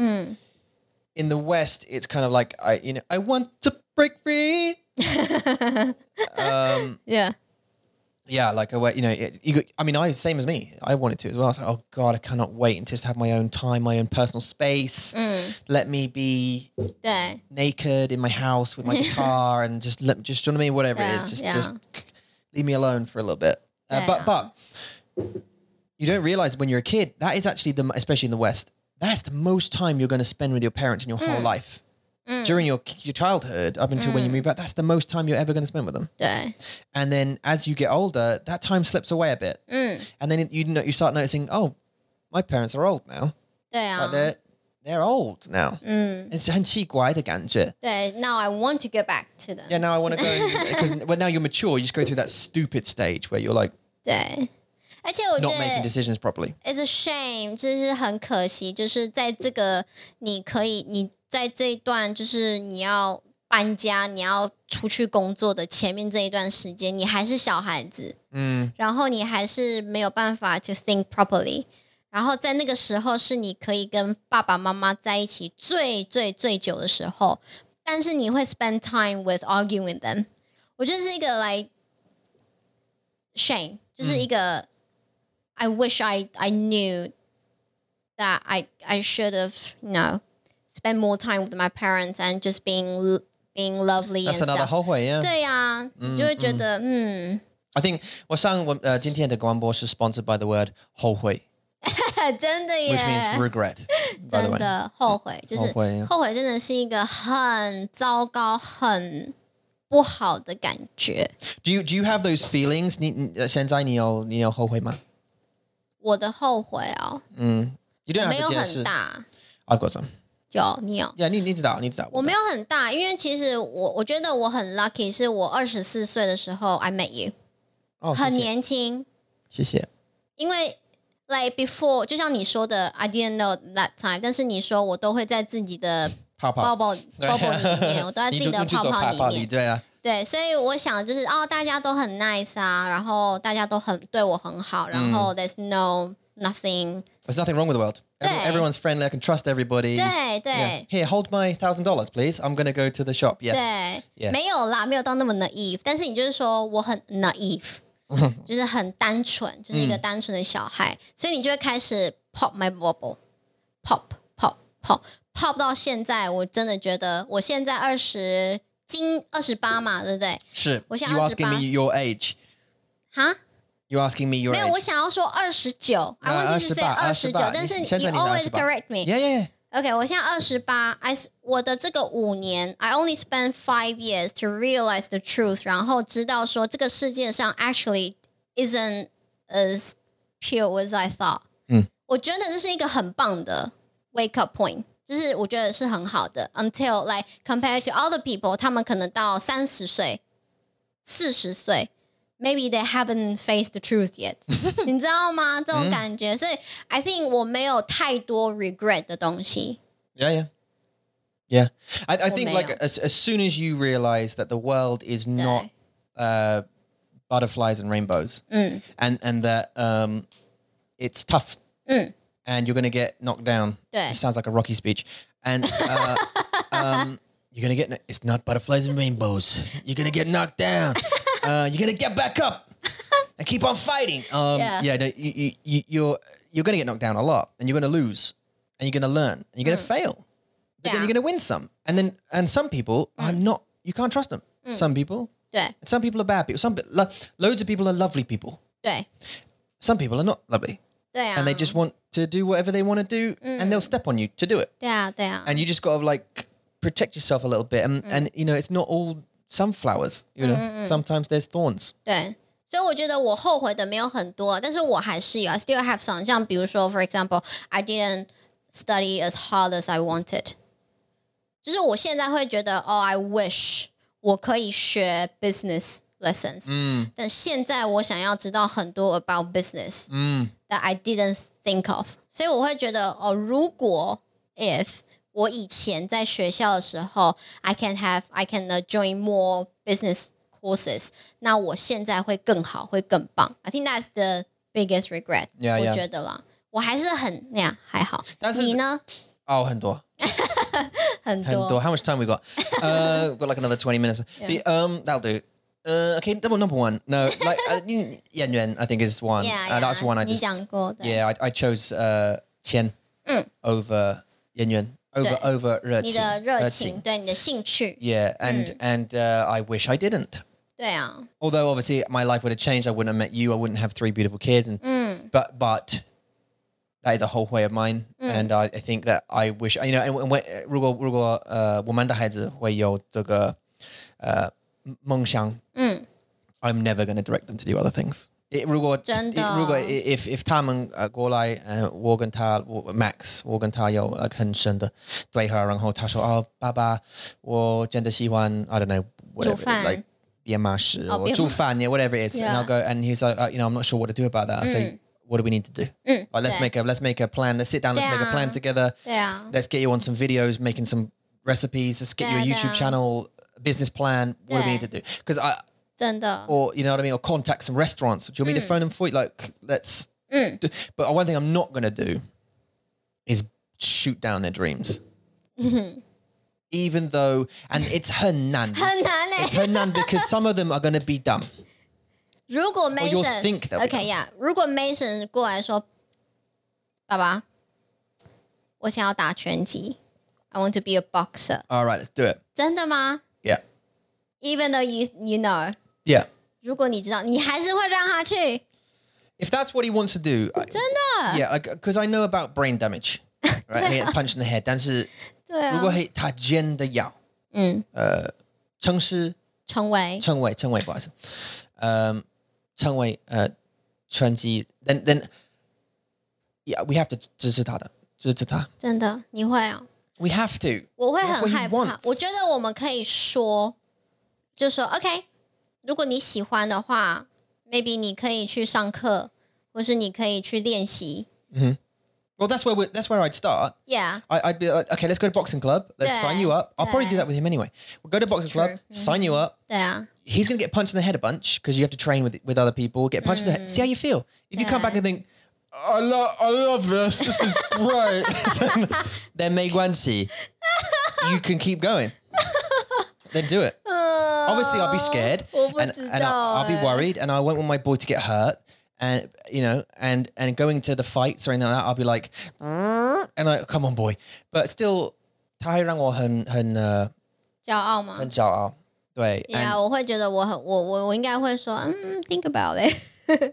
Speaker 3: In the West, it's kind of like I you know I want to break free.
Speaker 2: <laughs>
Speaker 3: um,
Speaker 2: y e a h
Speaker 3: yeah, like I wa- you know it, you got, I mean I same as me I wanted to as well. I was like oh god I cannot wait and just have my own time, my own personal space. Let me be
Speaker 2: 对
Speaker 3: naked in my house
Speaker 2: <laughs>
Speaker 3: with my guitar and just let just do you know what I mean whatever it
Speaker 2: Yeah,
Speaker 3: is just
Speaker 2: yeah.
Speaker 3: just leave me alone for a little bit uh,
Speaker 2: Yeah.
Speaker 3: but but you don't realize when you're a kid that is actually the especially in the west that's the most time you're going to spend with your parents in your
Speaker 2: Mm.
Speaker 3: whole life during your your childhood up until when you move out that's the most time you're ever going to spend with them
Speaker 2: 对
Speaker 3: and then as you get older that time slips away a bit
Speaker 2: Mm.
Speaker 3: and then you know you start noticing oh my parents are old now
Speaker 2: 对啊
Speaker 3: like they're they're old now.
Speaker 2: Mm.
Speaker 3: It's 很奇怪的感觉。
Speaker 2: 对，Now I want to get back to them。
Speaker 3: Yeah, now I want to go because well now you're mature. You just go through that stupid stage where you're like
Speaker 2: 对，而且我觉
Speaker 3: not making
Speaker 2: 得
Speaker 3: decisions properly.
Speaker 2: it's a shame，就是很可惜，就是在这个你可以，你在这一段就是你要搬家，你要出去工作的前面这一段时间，你还是小孩子，嗯，然后你还是没有办法 to think properly。然后在那个时候是你可以跟爸爸妈妈在一起最最最久的时候，但是你会 spend time with arguing with them。我觉得是一个 like shame，就是一个、I wish I I knew that I I should have you know spent more time with my parents and just being being lovely
Speaker 3: That's
Speaker 2: and
Speaker 3: another
Speaker 2: stuff.
Speaker 3: whole way, yeah.
Speaker 2: 对呀、你就会觉得嗯
Speaker 3: I think well, sang uh, 今天的广播是 sponsored by the word 后悔，
Speaker 2: <laughs> 真的
Speaker 3: which means
Speaker 2: 耶，
Speaker 3: regret.
Speaker 2: <laughs>
Speaker 3: By the
Speaker 2: 真
Speaker 3: way, 嗯
Speaker 2: 的后悔，就是
Speaker 3: 后悔呀
Speaker 2: 后悔真的是一个很糟糕、很不好的感觉。
Speaker 3: do you do you have those feelings? uh, oh, 你现在你有你有后悔吗？
Speaker 2: 我的后悔哦，
Speaker 3: You don't
Speaker 2: 没有
Speaker 3: have to
Speaker 2: 很
Speaker 3: 解释。
Speaker 2: 大，
Speaker 3: I've got some.
Speaker 2: 有你有。
Speaker 3: Yeah, 你你知道你知道。
Speaker 2: 我没有很大，因为其实我我觉得我很 lucky，是我二十四岁的时候 I met you，
Speaker 3: 哦，谢谢，
Speaker 2: 很年轻，
Speaker 3: 谢谢。
Speaker 2: 因为 like before，就像你说的，I didn't know that time，但是你说我都会在自己的
Speaker 3: 泡泡。
Speaker 2: 包包包包里
Speaker 3: <laughs>
Speaker 2: 面，我都在自己的泡泡里面。对，所以我想就是哦，大家都很 nice 啊，然后大家都很对我很好，
Speaker 3: 嗯
Speaker 2: 然后 there's no nothing，
Speaker 3: There's nothing wrong with the world. Every-
Speaker 2: 对。
Speaker 3: everyone's friendly. I can trust everybody.
Speaker 2: 对
Speaker 3: Mm. Yeah.
Speaker 2: 对
Speaker 3: Here, hold my thousand dollars, please. I'm gonna go to the shop. Yeah.
Speaker 2: 对
Speaker 3: Yeah.，
Speaker 2: 没有啦，没有到那么 naive，但是你就是说我很
Speaker 3: <laughs>
Speaker 2: naive，就是很单纯，就是一个
Speaker 3: 嗯
Speaker 2: 单纯的小孩，所以你就会开始 pop my bubble，pop pop pop pop 到现在，我真的觉得我现在二十今二十八嘛，对不对？
Speaker 3: 是。
Speaker 2: 我想
Speaker 3: You asking
Speaker 2: 28
Speaker 3: me your age?
Speaker 2: 哈，
Speaker 3: You asking me your
Speaker 2: 没有，我
Speaker 3: age?
Speaker 2: 想要说二十九，I
Speaker 3: 啊
Speaker 2: want to say
Speaker 3: 28
Speaker 2: 二十九，但是
Speaker 3: 你
Speaker 2: you
Speaker 3: 现在你的
Speaker 2: always
Speaker 3: 28
Speaker 2: correct me，
Speaker 3: Yeah, yeah. yeah.
Speaker 2: OK，我现在二十八，I s- 我的这个五年，I only spent five years to realize the truth，然后知道说这个世界上 actually isn't as pure as I thought。嗯，我觉得这是一个很棒的 wake up point，就是我觉得是很好的。Until like compared to other people，他们可能到三十岁、四十岁，maybe they haven't faced the truth yet，你
Speaker 3: <laughs>
Speaker 2: 知道吗？这种感觉，所以 I think 我没有太多 regret 的东西。
Speaker 3: Yeah, yeah. Yeah. I, I think
Speaker 2: Or
Speaker 3: like
Speaker 2: male.
Speaker 3: as, as soon as you realize that the world is not
Speaker 2: 对
Speaker 3: uh, butterflies and rainbows
Speaker 2: Mm.
Speaker 3: and, and that um, it's tough and you're going to get knocked down.
Speaker 2: Mm. Yeah.
Speaker 3: It sounds like a Rocky speech. And
Speaker 2: <laughs>
Speaker 3: uh, um, you're going to get, it's not butterflies and rainbows. You're going to get
Speaker 2: <laughs>
Speaker 3: knocked down. Uh, you're going to get back up and keep on fighting. Um,
Speaker 2: Yeah.
Speaker 3: yeah. no, you, you, you, you're, you're going to get knocked down a lot and you're going to lose and you're going to learn and you're going to fail but then
Speaker 2: Mm. Yeah. Mm.
Speaker 3: you're going to win some. And then, and some people are not, you can't trust them. Some people,
Speaker 2: 对
Speaker 3: and some people are bad people. Some, lo- loads of people are lovely people.
Speaker 2: 对
Speaker 3: Some people are not lovely
Speaker 2: 对啊
Speaker 3: and they just want to do whatever they want to do and they'll
Speaker 2: Mm.
Speaker 3: step on you to do it.
Speaker 2: 对啊对啊
Speaker 3: And you just got to like protect yourself a little bit. And,
Speaker 2: Mm.
Speaker 3: and you know, it's not all sunflowers, you know, sometimes there's thorns.
Speaker 2: 对，所以我觉得我后悔的没有很多，但是我还是有，I still have some。像比如说，for example，I didn't study as hard as I wanted。就是我现在会觉得，哦，I wish 我可以学 business lessons。嗯，但现在我想要知道很多 about business。嗯，that I didn't think of。所以我会觉得，哦，如果 if 我以前在学校的时候，I can have I can uh, join more business courses，那我现在会更好，会更棒。I think that's the biggest regret。
Speaker 3: Yeah,
Speaker 2: 我
Speaker 3: yeah.
Speaker 2: 觉得啦，我还是很那样还好。
Speaker 3: 但是
Speaker 2: 你呢？
Speaker 3: Oh, Hendor.
Speaker 2: 很
Speaker 3: Hendor.
Speaker 2: 多
Speaker 3: How much time
Speaker 2: <laughs>
Speaker 3: we got? Uh, we've got like another 20 minutes. The, um, that'll do. Uh, okay, double number one. No, like, uh, <laughs> Yan Yuan, I think is one.
Speaker 2: Yeah,
Speaker 3: Uh, that's
Speaker 2: yeah,
Speaker 3: one I
Speaker 2: 你
Speaker 3: just
Speaker 2: 讲过的。
Speaker 3: Yeah, I, I chose uh, Qian over Yan Yuan
Speaker 2: 对。
Speaker 3: over over 热情,
Speaker 2: 你的热情，
Speaker 3: 热情.
Speaker 2: 对你的兴趣，
Speaker 3: Yeah, and and uh, I wish I didn't.
Speaker 2: 对啊，
Speaker 3: Although obviously my life would have changed. I wouldn't have met you. I wouldn't have three beautiful kids. And but but that is a whole way of mine. And I, I think that I wish you know. And when- uh, when 如果-如果-呃,我们的孩子会有这个呃梦想，I'm never going to direct them to do other things. it- 如果
Speaker 2: 真的。
Speaker 3: it- 如果 i- if if uh, 他们呃过来，呃，我跟他我 Max，我跟他有呃很深的对话，然后他说哦，爸爸，我真的喜欢 I don't know whatever
Speaker 2: 煮饭
Speaker 3: like 编码师
Speaker 2: 哦
Speaker 3: 或
Speaker 2: 编码 <laughs>
Speaker 3: 煮饭 yeah whatever it is and
Speaker 2: Yeah. Mm.
Speaker 3: I'll go and he's like uh, you know I'm not sure what to do about that I say what do we need to do like let's
Speaker 2: 对。
Speaker 3: make a let's make a plan let's sit down let's make a plan
Speaker 2: 对啊。
Speaker 3: together
Speaker 2: 对啊，
Speaker 3: let's get you on some videos, making some recipes. Let's get you a
Speaker 2: Yeah,
Speaker 3: YouTube
Speaker 2: yeah.
Speaker 3: channel, a business plan. What do we
Speaker 2: Yeah.
Speaker 3: need to do? Because I,
Speaker 2: 真的，
Speaker 3: or you know what I mean, or contact some restaurants. Do you
Speaker 2: Mm.
Speaker 3: want me to phone them for you? Like, let's. Do, but one thing I'm not going to do is shoot down
Speaker 2: <laughs>
Speaker 3: their dreams. Even though, and it's her nan.
Speaker 2: 很难欸呢、
Speaker 3: It's her nan because some of them are going to be dumb.
Speaker 2: 如果
Speaker 3: you'll
Speaker 2: Mason
Speaker 3: think that we
Speaker 2: OK yeah，如果 Mason 过来说，爸爸，我想要打拳击，I want to be a boxer，
Speaker 3: All right, let's do it.
Speaker 2: 真的吗
Speaker 3: Yeah.
Speaker 2: ？Even though you you know，
Speaker 3: Yeah.
Speaker 2: 如果你知道，你还是会让他去，
Speaker 3: If that's what he wants to do, I,
Speaker 2: 真的，
Speaker 3: yeah, because I know about brain damage, right? And get punched in the head. 但是
Speaker 2: 对
Speaker 3: 如
Speaker 2: 啊
Speaker 3: 果，他他真的要，
Speaker 2: 嗯，
Speaker 3: Uh, 称师
Speaker 2: 成为
Speaker 3: 称谓称谓，不好意思，嗯，称谓呃，拳击，then then yeah we have to 支持他的，支持他
Speaker 2: 真的，你会啊、
Speaker 3: ，we have to，
Speaker 2: 我会
Speaker 3: That's
Speaker 2: 很
Speaker 3: what he
Speaker 2: 害怕
Speaker 3: wants.。
Speaker 2: 我觉得我们可以说，就说 OK，如果你喜欢的话，maybe 你可以去上课，或是你可以去练习。
Speaker 3: well that's where we that's where I'd start.
Speaker 2: Yeah，
Speaker 3: I, I'd be like, okay, let's go to boxing club. Let's sign you up. I'll probably do that with him anyway. We'll go to boxing club, sign you up.
Speaker 2: 对啊，
Speaker 3: He's gonna get punched in the head a bunch because you have to train with with other people. Get punched in the head. See how you feel. If you come back and think, I love I love this. This is great. <laughs> then, then make one see. You can keep going. then do it. Obviously, I'll be scared
Speaker 2: 我不
Speaker 3: and,
Speaker 2: 知
Speaker 3: and
Speaker 2: 道
Speaker 3: I'll, I'll be
Speaker 2: 欸
Speaker 3: worried, and I won't want my boy to get hurt. And you know, and and going to the fights or anything like that, I'll be like, and I come on, boy. But still, 他会让我很很呃很骄傲，对。
Speaker 2: 骄傲吗？Yeah，我会觉得我很我我我应该会说，嗯，think about it，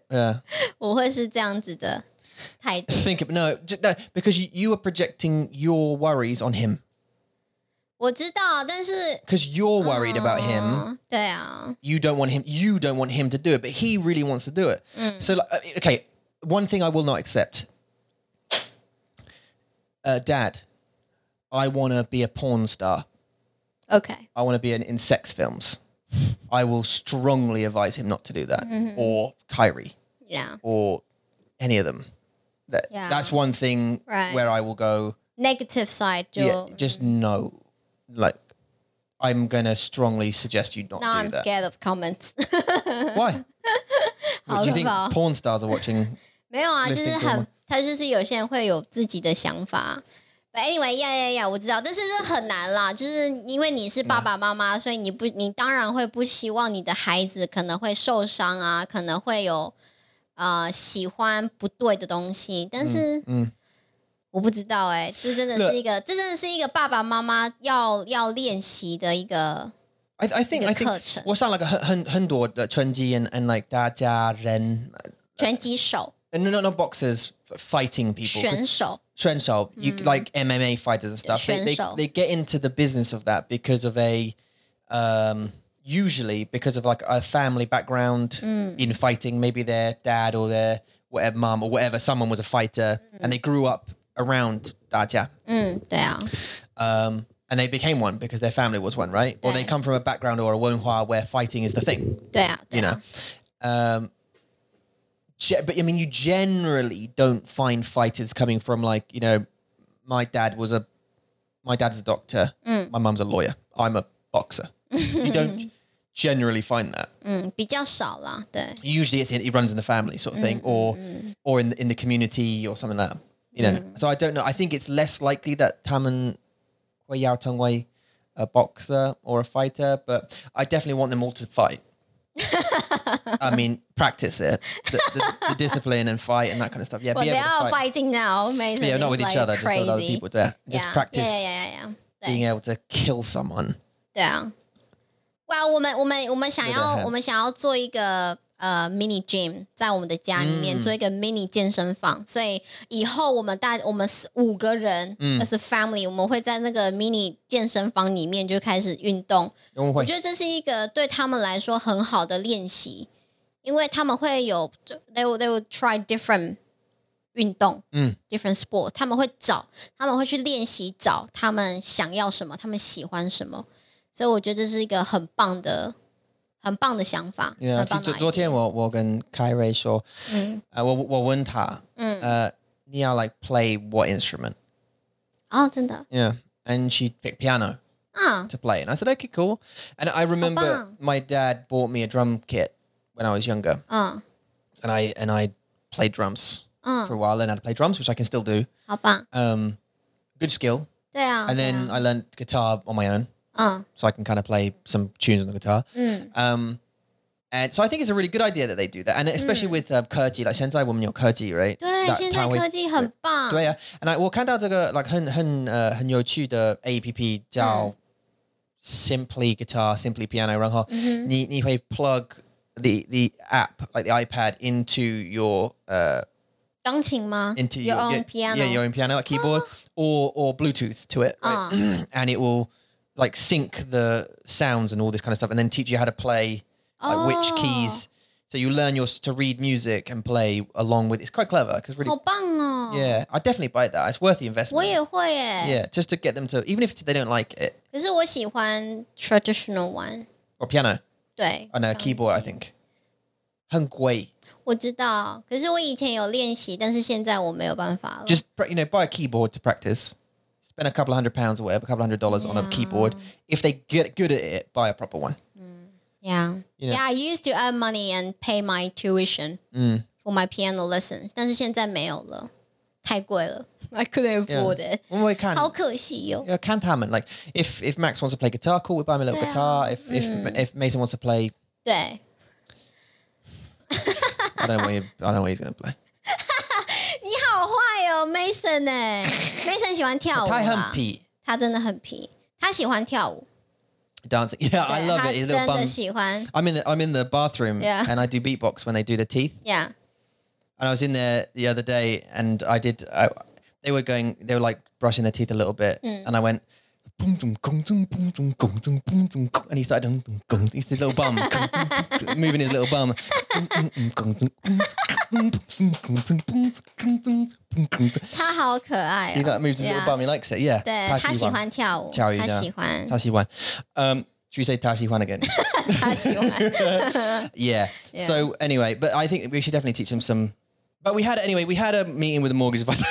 Speaker 3: yeah.
Speaker 2: <laughs> 我会是这样子的态度。
Speaker 3: think of no, j- no because you, you are projecting your worries on him
Speaker 2: 我知道，但是
Speaker 3: because you're worried about him
Speaker 2: 嗯，对啊，
Speaker 3: you don't want him you don't want him to do it but he really wants to do it
Speaker 2: Mm.
Speaker 3: so like, I mean, okay one thing i will not accept uh, dad i want to be a porn star
Speaker 2: ，OK，
Speaker 3: i want to be in, in sex films i will strongly advise him not to do that
Speaker 2: Mm-hmm.
Speaker 3: or kyrie
Speaker 2: 呀
Speaker 3: or any of them that,
Speaker 2: Yeah.
Speaker 3: that's one thing
Speaker 2: Right.
Speaker 3: where i will go
Speaker 2: ，negative side 就
Speaker 3: yeah, just no. Like, I'm gonna strongly suggest you not
Speaker 2: now
Speaker 3: do
Speaker 2: I'm
Speaker 3: that.
Speaker 2: scared of comments。
Speaker 3: Why? What, do you think
Speaker 2: Oliver.
Speaker 3: porn stars are watching?
Speaker 2: 没有啊，就
Speaker 3: Listing
Speaker 2: 是
Speaker 3: Tool 吗
Speaker 2: 很，他就是有些人会有自己的想法。But anyway，呀呀呀，我知道，但是这很难啦，就是因为你是
Speaker 3: 啊
Speaker 2: 爸爸妈妈，所以你不，你当然会不希望你的孩子可能会受伤啊，可能会有呃喜欢不对的东西，但是
Speaker 3: 嗯
Speaker 2: 我不知道哎、这真的
Speaker 3: 那
Speaker 2: 是一个，这真的是一个爸爸妈妈要要练习的一个
Speaker 3: I, I think I think
Speaker 2: 一个课程。
Speaker 3: 我上了个很很很多的拳击 uh, and and like 大家人
Speaker 2: 拳击手
Speaker 3: and no not boxers fighting people 'cause
Speaker 2: 选手，
Speaker 3: Trenchel, you like MMA fighters and stuff. They, they,
Speaker 2: Trenchel.
Speaker 3: they get into the business of that because of a um, usually because of like a family background in fighting. Maybe their dad or their whatever mom or whatever someone was a fighter, and they grew up around Daja,
Speaker 2: 嗯，对啊，
Speaker 3: um, and they became one because their family was one, right? Or they
Speaker 2: Right.
Speaker 3: come from a background or a Wonhua where fighting is the thing
Speaker 2: 对啊，对
Speaker 3: you know.
Speaker 2: 啊
Speaker 3: Um, ge- but I mean, you generally don't find fighters coming from like you know, my dad was a, my dad's a doctor, my mum's a lawyer, I'm a boxer. you don't generally find that.
Speaker 2: 嗯，比较少啦，对，
Speaker 3: Usually, it's it runs in the family sort of
Speaker 2: Mm,
Speaker 3: thing, or or in the, in the community or something like that. You know,
Speaker 2: Mm.
Speaker 3: so I don't know. I think it's less likely that Taman Hui Yao Tong Wei, a boxer or a fighter, but I definitely want them all
Speaker 2: <laughs>
Speaker 3: to fight. I mean, practice it, the, the, the discipline and fight and that kind of stuff. Yeah,
Speaker 2: 我
Speaker 3: be
Speaker 2: 不
Speaker 3: able to
Speaker 2: 要
Speaker 3: fight.
Speaker 2: fighting now, Mason.
Speaker 3: Yeah, not
Speaker 2: is
Speaker 3: with each
Speaker 2: like
Speaker 3: other, just with other
Speaker 2: crazy.
Speaker 3: people. Yeah, just
Speaker 2: Yeah,
Speaker 3: practice
Speaker 2: Yeah, yeah, yeah, yeah.
Speaker 3: being
Speaker 2: 对
Speaker 3: able to kill someone.
Speaker 2: 对啊。哇，我们我们我们想
Speaker 3: With
Speaker 2: 要
Speaker 3: their hands.
Speaker 2: 我们想要做一个呃 mini gym，在我们的家里
Speaker 3: 嗯
Speaker 2: 面、做一个 mini 健身房，所以以后我们大我们四五个人，
Speaker 3: 嗯
Speaker 2: 那、是 family，我们会在那个 mini 健身房里面就开始运动。
Speaker 3: No one
Speaker 2: 我觉得这是一个对他们来说很好的练习，因为他们会有 they will they will try different 运动，嗯，different sport，他们会找，他们会去练习找他们想要什么，他们喜欢什么，所以我觉得这是一个很棒的。很棒的想法，
Speaker 3: 对啊，
Speaker 2: 很
Speaker 3: 昨
Speaker 2: 棒的
Speaker 3: 昨
Speaker 2: idea
Speaker 3: 昨天我我跟凯瑞说，嗯，呃，我我问他，嗯，呃，你要 like play what instrument？Yeah，and
Speaker 2: 哦，真的
Speaker 3: she picked piano
Speaker 2: 啊，
Speaker 3: to play, and I said okay, cool. And I remember
Speaker 2: Abang.
Speaker 3: my dad bought me a drum kit when I was younger,
Speaker 2: 嗯
Speaker 3: and I and I played drums for a
Speaker 2: 嗯，
Speaker 3: while, learned how to play drums, which I can still do.
Speaker 2: 好棒，
Speaker 3: Um, good skill.
Speaker 2: 对啊
Speaker 3: And
Speaker 2: 对
Speaker 3: then
Speaker 2: 啊
Speaker 3: I learned guitar on my own,
Speaker 2: 嗯
Speaker 3: so I can kind of play some tunes on the guitar.
Speaker 2: 嗯
Speaker 3: Um, and so I think it's a really good idea that they do that, and especially with uh, Kurti, like Sensei Woman, your Kurti, right?
Speaker 2: 对，
Speaker 3: That
Speaker 2: 现在
Speaker 3: time
Speaker 2: 科技很棒，
Speaker 3: 对啊，and I 我看到这个 like uh, 很很呃很有趣的 A P P 叫 Simply Guitar, Simply Piano，然后你、你会 plug the the app like the iPad into your uh, 呃、
Speaker 2: 钢琴吗
Speaker 3: into
Speaker 2: ？Your own piano，Ah.
Speaker 3: yeah your own piano like keyboard or or Bluetooth to it, right? <clears throat> and it will like sync the sounds and all this kind of stuff, and then teach you how to play like
Speaker 2: Ah.
Speaker 3: which keys. So you learn your s- to read music and play along with. It's quite clever because really,
Speaker 2: 好棒哦！
Speaker 3: yeah, I definitely buy that. It's worth the investment.
Speaker 2: 我也会耶，
Speaker 3: Yeah, just to get them to even if they don't like it
Speaker 2: 可是我喜欢 traditional one，
Speaker 3: or piano
Speaker 2: 对，
Speaker 3: on a
Speaker 2: 钢琴
Speaker 3: 啊 keyboard, I think. 很贵.
Speaker 2: 我知道，可是我以前有练习，但是现在我没有办法了。
Speaker 3: Just pra- you know, buy a keyboard to practice. Spend a couple of hundred pounds or whatever, a couple of hundred dollars on a keyboard. If they get good at it, buy a proper one.
Speaker 2: Yeah, yeah. I used to earn money and pay my tuition
Speaker 3: 嗯
Speaker 2: for my piano lessons，但是现在没有了，太贵了，I <laughs> couldn't afford it，好
Speaker 3: Well,
Speaker 2: 可惜哦哟、
Speaker 3: yeah, can Hammond. Like if if Max wants to play guitar, cool, we buy him a little
Speaker 2: Yeah. Hmm.
Speaker 3: guitar. If if if Mason wants to play,
Speaker 2: 对，
Speaker 3: I don't know
Speaker 2: <laughs>
Speaker 3: what he, I don't know what he's gonna play.
Speaker 2: 你好坏哦，Mason
Speaker 3: <laughs>
Speaker 2: 哎、m a s o n 喜欢跳舞啦
Speaker 3: Tai Hun P
Speaker 2: 他真的很皮，他喜欢跳舞，
Speaker 3: dancing. <laughs> Yeah, I
Speaker 2: 对
Speaker 3: love
Speaker 2: 他
Speaker 3: it. His
Speaker 2: 真
Speaker 3: little
Speaker 2: 的
Speaker 3: bum.
Speaker 2: 喜欢
Speaker 3: I'm in the I'm in the bathroom
Speaker 2: Yeah.
Speaker 3: and I do beatbox when they do the teeth.
Speaker 2: ，Yeah，
Speaker 3: and I was in there the other day, and I did. I, they were going. They were like brushing their teeth a little bit, and I went. Boom, boom, gong, dum, boom, dum, gong, dum, boom, dum, gong, And he started dum, dum, gong, his little bum, gong, dum, dum, dum, moving his little bum. Boom, boom, boom, gong, dum, boom, dum, boom, gong, dum, boom, gong, dum, boom, gong, dum.
Speaker 2: 他好可爱、哦。
Speaker 3: He like moves his little
Speaker 2: Yeah.
Speaker 3: bum. He likes it. Yeah.
Speaker 2: 对
Speaker 3: Tai
Speaker 2: 他
Speaker 3: Chi
Speaker 2: 喜
Speaker 3: Wan.
Speaker 2: 欢跳舞，
Speaker 3: Chao Yu
Speaker 2: 他
Speaker 3: Da.
Speaker 2: 喜欢， <laughs>
Speaker 3: Tai Chi Wan. Um, should we say Tai Chi Wan again?
Speaker 2: 他喜欢。
Speaker 3: <laughs> Yeah. So anyway, but I think we should definitely teach them some. But we had anyway. We had a meeting with a mortgage advisor.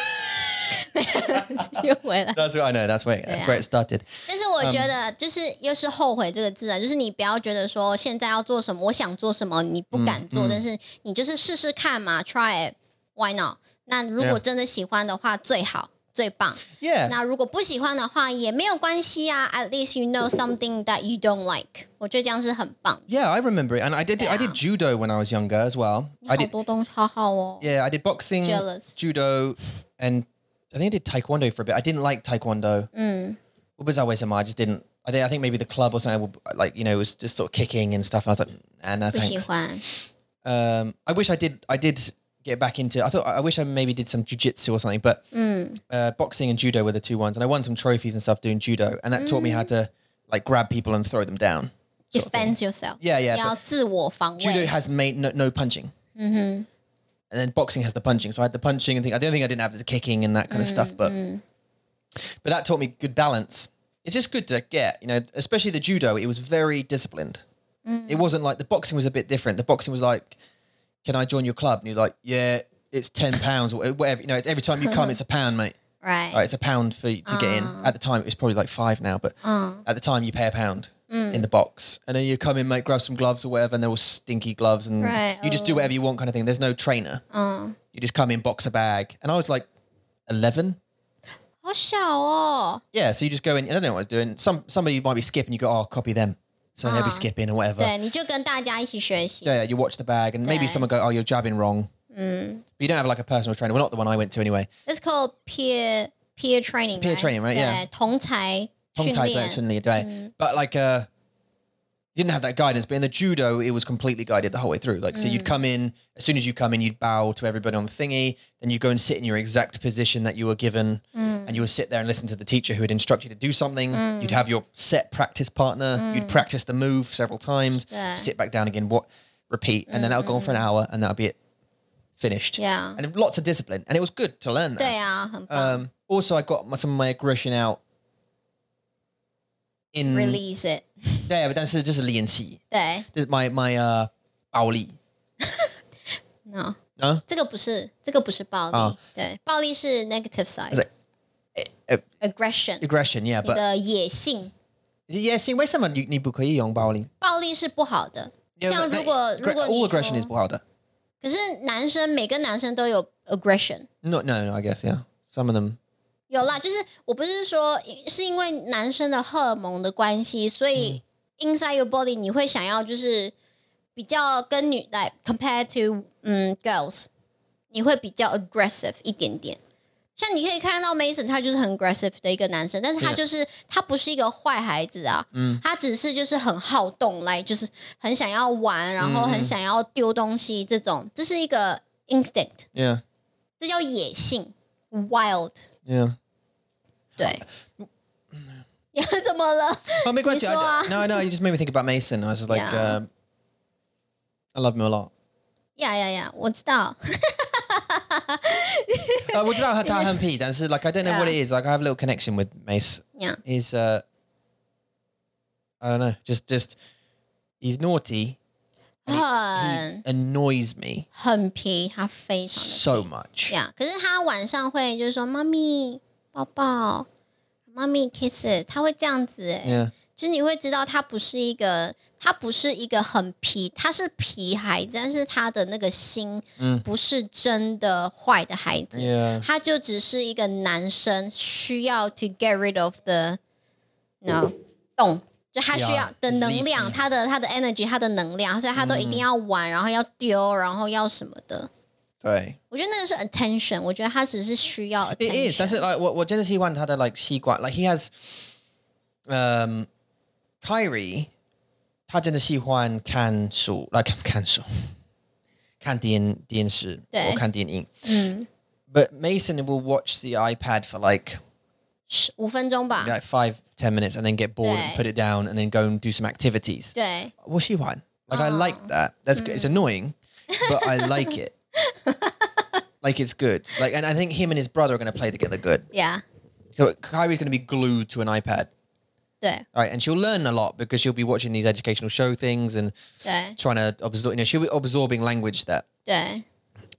Speaker 2: 又回
Speaker 3: <laughs>
Speaker 2: 来。
Speaker 3: That's what I know. That's where that's where it started.
Speaker 2: 但是
Speaker 3: 嗯
Speaker 2: 我觉得，就是又是后悔这个字啊，就是你不要觉得说现在要做什么，我想做什么，你
Speaker 3: 嗯
Speaker 2: 不敢做，但是你就是试试看嘛，try it，why not？那如果
Speaker 3: Yeah
Speaker 2: 真的喜欢的话，最好。最棒。
Speaker 3: 啊 Yeah.
Speaker 2: 那如果不喜欢的话也没有关系啊，at least you know something that you don't like。我觉得这样是很棒。
Speaker 3: Yeah, I remember it, and I did. I did
Speaker 2: Yeah.
Speaker 3: judo when I was younger as well.
Speaker 2: 你
Speaker 3: I
Speaker 2: 好
Speaker 3: did.
Speaker 2: 多东西好好哦。
Speaker 3: Yeah, I did boxing,
Speaker 2: Jealous.
Speaker 3: judo, and I think I did taekwondo for a bit. I didn't like taekwondo.
Speaker 2: Mm.
Speaker 3: What was I way I just didn't. I think, I think maybe the club or something. Like you know, it was just sort of kicking and stuff. And I was like, nah, no
Speaker 2: 不喜
Speaker 3: thanks.
Speaker 2: 欢。
Speaker 3: Um, I wish I did. I did get back into. I thought I wish I maybe did some jujitsu or something. But
Speaker 2: Mm.
Speaker 3: uh, boxing and judo were the two ones, and I won some trophies and stuff doing judo, and that taught
Speaker 2: Mm.
Speaker 3: me how to like grab people and throw them down. sort of thing.
Speaker 2: Defend yourself。
Speaker 3: Yeah, yeah,
Speaker 2: 要自我防卫。
Speaker 3: judo has made no, no punching. Mm-hmm. And then boxing has the punching. So I had the punching and thing. I don't think I didn't have the kicking and that kind of stuff, but but that taught me good balance. It's just good to get, you know, especially the judo. It was very disciplined. It wasn't like the boxing was a bit different. The boxing was like, "Can I join your club?" And you're like, "Yeah, it's ten pounds or whatever." You know, it's every time you come, it's a pound, mate.
Speaker 2: right.
Speaker 3: All right, uh, it's a pound for you to get in.
Speaker 2: Ah.
Speaker 3: At the time, it was probably like five now, but at the time, you pay a pound
Speaker 2: Mm.
Speaker 3: in the box, and then you come in, mate, grab some gloves or whatever, and they're all stinky gloves, and
Speaker 2: Right,
Speaker 3: you just do
Speaker 2: oh. Ah.
Speaker 3: whatever you want, kind of thing. There's no trainer. You just come in, box a bag, and I was like eleven.
Speaker 2: 好小哦。
Speaker 3: Yeah, so you just go in. I don't know what I was doing. Some somebody might be skipping. You go, oh, copy them. So
Speaker 2: Ah.
Speaker 3: they'll be skipping or whatever.
Speaker 2: 对，你就跟大家一起学习。
Speaker 3: Yeah, you watch the bag, and maybe
Speaker 2: Yeah.
Speaker 3: someone go, oh, you're jabbing wrong.
Speaker 2: Mm.
Speaker 3: But you don't have like a personal trainer. Well, not the one I went to anyway.
Speaker 2: It's called peer peer training.
Speaker 3: Peer training, right?
Speaker 2: 对
Speaker 3: Yeah.
Speaker 2: 同才训
Speaker 3: tongue-tied
Speaker 2: 练。Mm.
Speaker 3: direction the day. But like uh you didn't have that guidance, but in the judo, it was completely guided the whole way through. Like, so
Speaker 2: Mm.
Speaker 3: you'd come in, as soon as you come in, you'd bow to everybody on the thingy, then you'd go and sit in your exact position that you were given,
Speaker 2: Mm.
Speaker 3: and you would sit there and listen to the teacher who had instructed you to do something. You'd have your set practice partner, you'd practice the move several times,
Speaker 2: Mm. Yeah. Mm-hmm.
Speaker 3: sit back down again. What repeat, and then that'll go on for an hour, and that'll be it, finished.
Speaker 2: Yeah.
Speaker 3: and lots of discipline, and it was good to learn that.
Speaker 2: 对啊，很棒。
Speaker 3: Um, also, I got my, some of my aggression out. In
Speaker 2: Release it，
Speaker 3: yeah, but that's just a Lianxi.
Speaker 2: 对
Speaker 3: This is my my uh, 暴力.
Speaker 2: ，no，
Speaker 3: No,
Speaker 2: 嗯这个不是，这个不是暴力，
Speaker 3: 啊
Speaker 2: 对，暴力是 negative side，
Speaker 3: like, uh,
Speaker 2: aggression，
Speaker 3: aggression. Yeah,
Speaker 2: 你
Speaker 3: but
Speaker 2: 的野性，
Speaker 3: yeah, see, why someone you need 暴力.
Speaker 2: 暴力是不好的。
Speaker 3: Yeah,
Speaker 2: 像
Speaker 3: but-
Speaker 2: 如果
Speaker 3: but
Speaker 2: 如果
Speaker 3: 哎 all
Speaker 2: 你
Speaker 3: aggression is
Speaker 2: 说，
Speaker 3: 不好的.
Speaker 2: 可是男生每个男生都有 aggression，
Speaker 3: No, no, no. I guess yeah. Some of them.
Speaker 2: 有啦，就是我不是说是因为男生的荷尔蒙的关系，所以 inside your body 你会想要就是比较跟女来 compare to 嗯 girls，你会比较 aggressive 一点点。像你可以看到 Mason，他就是很 aggressive 的一个男生，但是他
Speaker 3: Yeah
Speaker 2: 就是他不是一个坏孩子啊，嗯，他只是就是很好动，来就是很想要玩，然后很想要丢东西这种，这是一个 instinct，
Speaker 3: Yeah,
Speaker 2: 这叫野性 wild。
Speaker 3: yeah.
Speaker 2: 对，呀，怎么了？
Speaker 3: Oh, make
Speaker 2: You saw-
Speaker 3: No, no. You just made me think about Mason. I was just like,
Speaker 2: Yeah.
Speaker 3: um, I love him a lot.
Speaker 2: 呀呀呀，我知道，
Speaker 3: Uh, well, about her Tahan P, Dan, so, like I don't know what it is. Like I have a little connection with Mace.
Speaker 2: 呀
Speaker 3: He's uh, I don't know. Just just he's naughty.
Speaker 2: 很 Uh,
Speaker 3: He annoys me
Speaker 2: 很皮，他非常的
Speaker 3: so much.
Speaker 2: 呀。可是他晚上会就是说，妈咪抱抱，妈咪 kiss，他会这样子、欸，
Speaker 3: Yeah.
Speaker 2: 就是你会知道他不是一个，他不是一个很皮，他是皮孩子，但是他的那个心，不是真的坏的孩子。
Speaker 3: 嗯 Yeah.
Speaker 2: 他就只是一个男生需要 to get rid of the no 动，就他需要
Speaker 3: Yeah,
Speaker 2: 的
Speaker 3: it's
Speaker 2: 能量，
Speaker 3: lazy.
Speaker 2: 他的他的 energy，他的能量，所以他都一
Speaker 3: 嗯
Speaker 2: 定要玩，然后要丢，然后要什么的。
Speaker 3: 对。
Speaker 2: 我觉得那个是 attention，我觉得他只是需要
Speaker 3: It
Speaker 2: attention。
Speaker 3: is. That's it. Like what what Genesis he wanted had a like Shiguan. Like he has um Kyrie had in the Shiguan can so like <laughs> can so can the in the in
Speaker 2: Yeah.
Speaker 3: or can the in But Mason will watch the iPad for like
Speaker 2: 十五分钟吧。
Speaker 3: like five, ten minutes and then get bored
Speaker 2: Yeah.
Speaker 3: and put it down and then go and do some activities.
Speaker 2: 对
Speaker 3: Well she won. Like I like that. That's good. It's annoying, but I like it. like it's good. Like and I think him and his brother are gonna play together good.
Speaker 2: ，Yeah，
Speaker 3: So Kyrie's going to be glued to an iPad,
Speaker 2: 对
Speaker 3: right? And she'll learn a lot because she'll be watching these educational show things and
Speaker 2: 对
Speaker 3: trying to absorb. You know, she'll be absorbing language that.
Speaker 2: 对，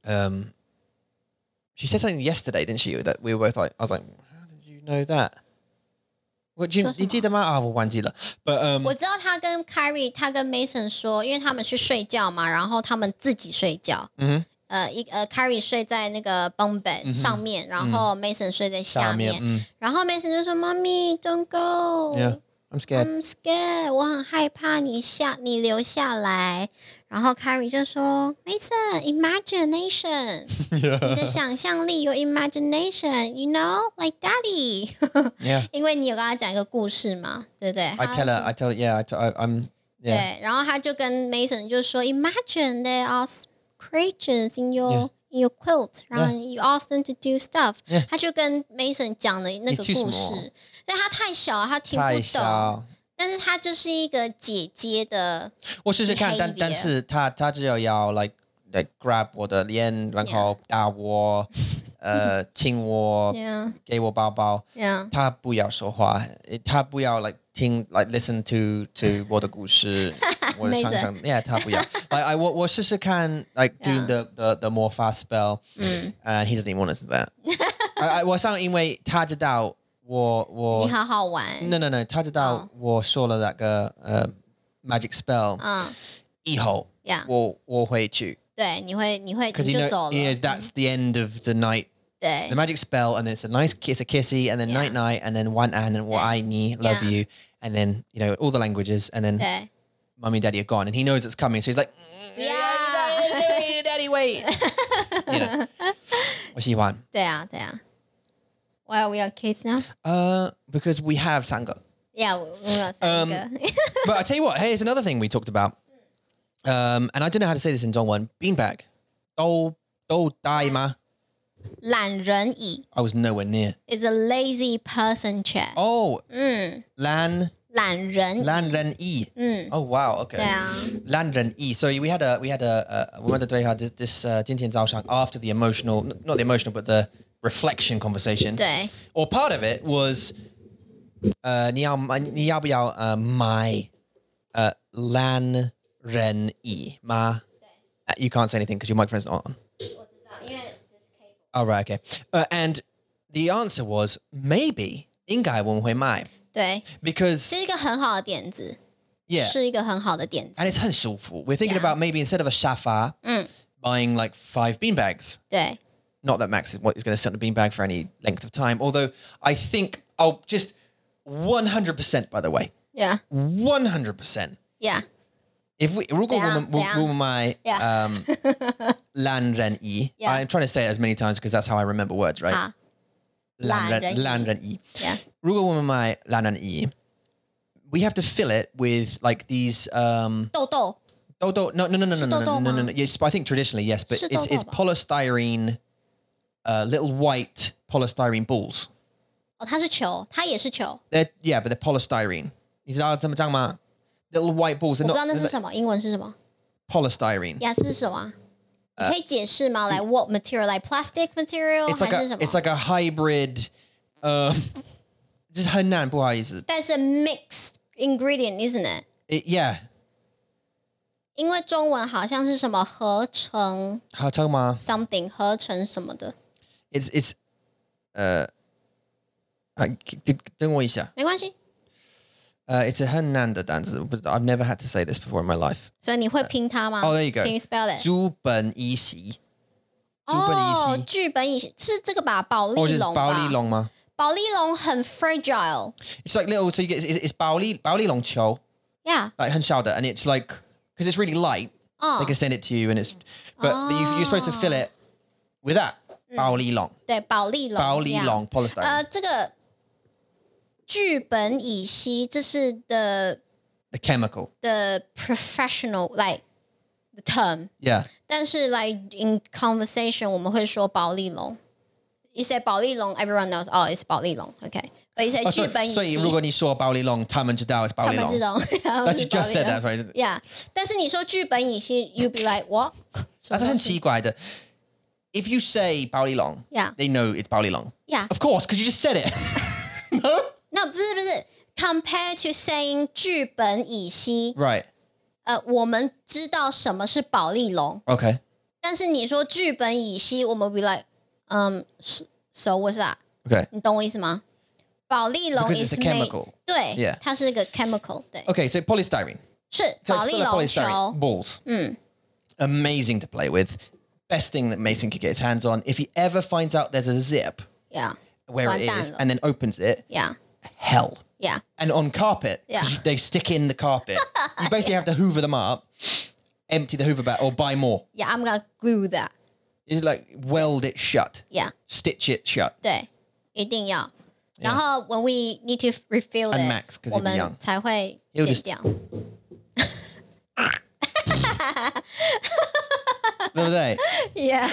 Speaker 3: Um, she said something yesterday, didn't she? That we were both like, I was like, how did you know that? What do you?
Speaker 2: Sure,
Speaker 3: Did you the matter? Oh, well, 忘记了. But um,
Speaker 2: 我知道他跟 Carrie，他跟 Mason 说，因为他们去睡觉嘛，然后他们自己睡觉。
Speaker 3: 嗯哼嗯
Speaker 2: 呃，一呃，Carrie 睡在那个 bunk bed 上面，然后 Mason 睡在下面。
Speaker 3: 下面，嗯，
Speaker 2: 然后 Mason 就说：“妈咪，Don't go。
Speaker 3: mm, yeah, I'm scared.
Speaker 2: I'm scared，我很害怕你下你留下来。”然后 Carrie 就说：“Mason，imagination，你
Speaker 3: <laughs> yeah,
Speaker 2: 的想象力，your imagination，you know，like daddy 。 <laughs>
Speaker 3: yeah.
Speaker 2: 因为你有跟他讲一个故事嘛，对不对
Speaker 3: I
Speaker 2: 他
Speaker 3: tell her. I tell her. Yeah, I tell, I, I'm. Yeah,
Speaker 2: 对，然后他就跟 Mason 就说：“Imagine there are s- creatures in your
Speaker 3: Yeah.
Speaker 2: in your quilt，然后 you ask them to do stuff。
Speaker 3: Yeah.
Speaker 2: 他就跟 Mason 讲了那个
Speaker 3: It's too
Speaker 2: 故事，所
Speaker 3: small.
Speaker 2: 以他太小，他听不懂。
Speaker 3: 太小。
Speaker 2: 但是他就是一个姐姐的，
Speaker 3: 我试试看，但
Speaker 2: behavior
Speaker 3: 但是他他只有要 like like grab 我的脸，然后打我，呃，亲我，
Speaker 2: yeah
Speaker 3: 给我包包，
Speaker 2: yeah
Speaker 3: 他不要说话，呃他不要 like 听 like listen to to 我的故事，我的想象，yeah，他不要。like I 我我试试看，like doing the the the more fast spell，嗯，and he doesn't even want to do that。I I 我上因为他知道我我
Speaker 2: 你好好玩，
Speaker 3: no no no，他知道我说了那个呃 magic spell，
Speaker 2: 嗯
Speaker 3: 以后
Speaker 2: Yeah.
Speaker 3: 我我会去
Speaker 2: 对，你会你会
Speaker 3: because
Speaker 2: 你
Speaker 3: you
Speaker 2: 就
Speaker 3: know
Speaker 2: 走了，
Speaker 3: you know, that's the end of the night.
Speaker 2: 对
Speaker 3: The magic spell, and it's a nice kiss, a kissy, and then night night, and then one and then what I need, love
Speaker 2: Yeah.
Speaker 3: you, and then you know all the languages, and then
Speaker 2: 对
Speaker 3: mummy and daddy are gone, and he knows it's coming, so he's like,
Speaker 2: Yeah. <laughs>
Speaker 3: daddy, daddy, wait, you know, what's he want?
Speaker 2: 对啊对啊。Why are we on kids now?
Speaker 3: Uh, because we have sangha.
Speaker 2: Yeah，我我有三
Speaker 3: Um，
Speaker 2: 个
Speaker 3: But I tell you what, here's another thing we talked about. Um, and I don't know how to say this in Dongwon. Beanbag, do do daima.
Speaker 2: <laughs> 懒人椅。
Speaker 3: I was nowhere near. 哦
Speaker 2: is a lazy person chair.
Speaker 3: Oh,
Speaker 2: 嗯，
Speaker 3: Lan
Speaker 2: 懒人，
Speaker 3: Lan Ren Yi. Oh wow. Okay.
Speaker 2: 对啊，
Speaker 3: Lan Ren Yi. So we had a we had a uh, we went to had this, this uh, 今天早上 after the emotional, n- not the emotional, but the reflection conversation.
Speaker 2: 对
Speaker 3: Or part of it was, uh, 你要你要不要 uh, my uh, Lan Ren Yi ma? Uh, You can't say anything because your microphone's not on.
Speaker 2: 我知道，因为
Speaker 3: All right. Okay. Uh, and the answer was maybe 应该我们会卖
Speaker 2: 对，
Speaker 3: because
Speaker 2: 是一个很好的点子，
Speaker 3: yeah.
Speaker 2: 是一个很好的点子
Speaker 3: and，it's 很舒服. We're thinking
Speaker 2: Yeah.
Speaker 3: about maybe instead of a shafa, buying like five bean bags.
Speaker 2: 对
Speaker 3: Not that Max is what is going to sit on a bean bag for any length of time. Although I think I'll just 100%, by the way,
Speaker 2: ，yeah
Speaker 3: ，100%.
Speaker 2: yeah
Speaker 3: If we, 如果我们-
Speaker 2: 怎样？
Speaker 3: 我-我们买,
Speaker 2: Yeah.
Speaker 3: um,
Speaker 2: <laughs>
Speaker 3: 懒人椅,
Speaker 2: Yeah. Ah,
Speaker 3: I'm trying to say it as many times because that's how I remember words, right?
Speaker 2: 好
Speaker 3: 懒人-
Speaker 2: 懒人椅。
Speaker 3: 懒人椅。
Speaker 2: yeah
Speaker 3: 如果我们买懒人椅, we have to fill it with like these um
Speaker 2: 豆豆
Speaker 3: Oh, no, no, no, no, no, no, no, no,
Speaker 2: 豆豆吗？
Speaker 3: no, no. Yes, but I think traditionally, yes, but
Speaker 2: 是
Speaker 3: it's it's
Speaker 2: 豆豆吧？
Speaker 3: polystyrene, uh, little white polystyrene balls.
Speaker 2: 哦，它是球，它也是球，
Speaker 3: They're yeah, but they're polystyrene. 你知道怎么讲吗？Little white balls.
Speaker 2: 我不
Speaker 3: They're
Speaker 2: 知道
Speaker 3: not
Speaker 2: 那
Speaker 3: they're
Speaker 2: 是
Speaker 3: not-
Speaker 2: 什么，英文是什么
Speaker 3: polystyrene.
Speaker 2: ？yeah 是什么？你可以解释吗？来，what material？来，plastic material
Speaker 3: 呃嗯 It's like
Speaker 2: 还是什
Speaker 3: a
Speaker 2: 么
Speaker 3: it's？like a hybrid. Um, 就是很难，不好意思。It-
Speaker 2: 但是 mixed ingredient，isn't it？
Speaker 3: Yeah,
Speaker 2: 因为中文好像是什么合成
Speaker 3: how
Speaker 2: something，合成什么的，
Speaker 3: It's it's uh, 等我一下。Uh,
Speaker 2: 没关系。
Speaker 3: Uh, it's a 很难的单词，我不知道。I've never had to say this before in my life.
Speaker 2: 所以你会拼它吗？
Speaker 3: Oh, there you go.
Speaker 2: Can you spell it？
Speaker 3: 租本一席。
Speaker 2: 哦，
Speaker 3: 猪本一席。
Speaker 2: 剧本以是这个吧？保
Speaker 3: 或
Speaker 2: 利
Speaker 3: 者是
Speaker 2: 龙
Speaker 3: 保
Speaker 2: 吧？
Speaker 3: 利龙吗
Speaker 2: 保利龙很 fragile。
Speaker 3: ？It's like little, so you get it's, it's 保利保利龙球
Speaker 2: Yeah，
Speaker 3: like 很小的，and it's like because it's really light,
Speaker 2: Oh.
Speaker 3: they can send it to you, and it's but but you you're supposed to fill it with that 保利龙
Speaker 2: 对，保利龙。
Speaker 3: 保利
Speaker 2: yeah
Speaker 3: 龙 polystyrene
Speaker 2: 呃，这个剧本乙烯，这是 the
Speaker 3: the chemical
Speaker 2: the professional like the term，
Speaker 3: yeah
Speaker 2: 但是 like in conversation 我们会说保利龙。You say 保利龙，everyone knows. Oh, it's 保利龙. Okay, but you say
Speaker 3: 哦所
Speaker 2: 剧
Speaker 3: 以
Speaker 2: 本乙
Speaker 3: 所以
Speaker 2: 烯。
Speaker 3: 如果你说保利龙，他们知道 it's 保
Speaker 2: 他
Speaker 3: 利
Speaker 2: 们
Speaker 3: 龙
Speaker 2: 这种，
Speaker 3: <laughs>
Speaker 2: 他
Speaker 3: But
Speaker 2: 们
Speaker 3: you
Speaker 2: 是保
Speaker 3: just
Speaker 2: 利
Speaker 3: said that
Speaker 2: 龙。
Speaker 3: right?
Speaker 2: Yeah，但是你说剧本乙
Speaker 3: <laughs>
Speaker 2: 烯，you be like what？
Speaker 3: 啊但是很奇怪的。If you say 保利龙
Speaker 2: Yeah.
Speaker 3: they know it's 保利龙
Speaker 2: <laughs> Yeah.
Speaker 3: of course because you just said it <laughs>
Speaker 2: 那不是不是，compare to saying 剧本乙烯，
Speaker 3: right
Speaker 2: 呃，我们知道什么是保利龙，
Speaker 3: okay
Speaker 2: 但是你说剧本乙烯，我们 be like，嗯，so so what's that？
Speaker 3: okay
Speaker 2: 你懂我意思吗？保利龙
Speaker 3: Because it's
Speaker 2: is
Speaker 3: a
Speaker 2: made-
Speaker 3: chemical.
Speaker 2: 对
Speaker 3: Yeah.，
Speaker 2: 它是一个 chemical，对，
Speaker 3: okay so polystyrene
Speaker 2: 是
Speaker 3: So
Speaker 2: 保
Speaker 3: it's
Speaker 2: 利
Speaker 3: full of
Speaker 2: 龙
Speaker 3: polystyrene
Speaker 2: 球，
Speaker 3: balls.
Speaker 2: Mm。
Speaker 3: Amazing to play with. Best thing that Mason could get his hands on. If he ever finds out there's a zip
Speaker 2: yeah
Speaker 3: where it
Speaker 2: 完
Speaker 3: is
Speaker 2: 蛋了。
Speaker 3: and then opens it,
Speaker 2: yeah
Speaker 3: hell.
Speaker 2: yeah，
Speaker 3: And on carpet,
Speaker 2: Yeah.
Speaker 3: they stick in the carpet. you basically have to hoover them up, empty the hoover bag, or buy more.
Speaker 2: yeah I'm gonna glue that
Speaker 3: It's like weld it shut,
Speaker 2: yeah。
Speaker 3: stitch
Speaker 2: <laughs>
Speaker 3: it shut.
Speaker 2: 对，一定要。然后 when we need to refill
Speaker 3: And Max, 'cause he'll be
Speaker 2: it，我们
Speaker 3: young.
Speaker 2: 才会
Speaker 3: He'll
Speaker 2: 剪
Speaker 3: just-
Speaker 2: 掉。
Speaker 3: The other day,
Speaker 2: <laughs> Yeah,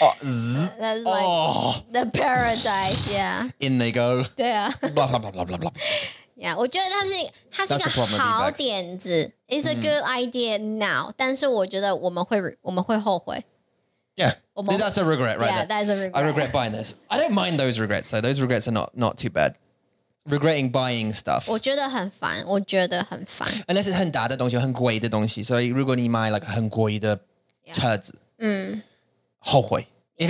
Speaker 3: oh, zzz,
Speaker 2: that's like
Speaker 3: oh,
Speaker 2: the paradise. Yeah，
Speaker 3: in they go.
Speaker 2: <laughs> 对啊
Speaker 3: Blah, blah, blah, blah, blah, blah.
Speaker 2: ，Yeah，我觉得它是它是
Speaker 3: That's the
Speaker 2: 一个
Speaker 3: problem with 嗯
Speaker 2: 好
Speaker 3: beanbags.
Speaker 2: 点子，It's a good idea now。但是我觉得我们会我们会后悔。
Speaker 3: Yeah.
Speaker 2: Almost.
Speaker 3: That's a regret, right?
Speaker 2: Yeah,
Speaker 3: there.
Speaker 2: that's a
Speaker 3: I regret
Speaker 2: regret.
Speaker 3: buying this. I don't mind those regrets though. Those regrets are not not too bad. Regretting buying stuff.
Speaker 2: 我觉得很烦，我觉得很
Speaker 3: <laughs>
Speaker 2: 烦。
Speaker 3: Unless it's 很大的东西,很贵的东西,所以如果你买 like 很贵的车子,
Speaker 2: Mm.
Speaker 3: If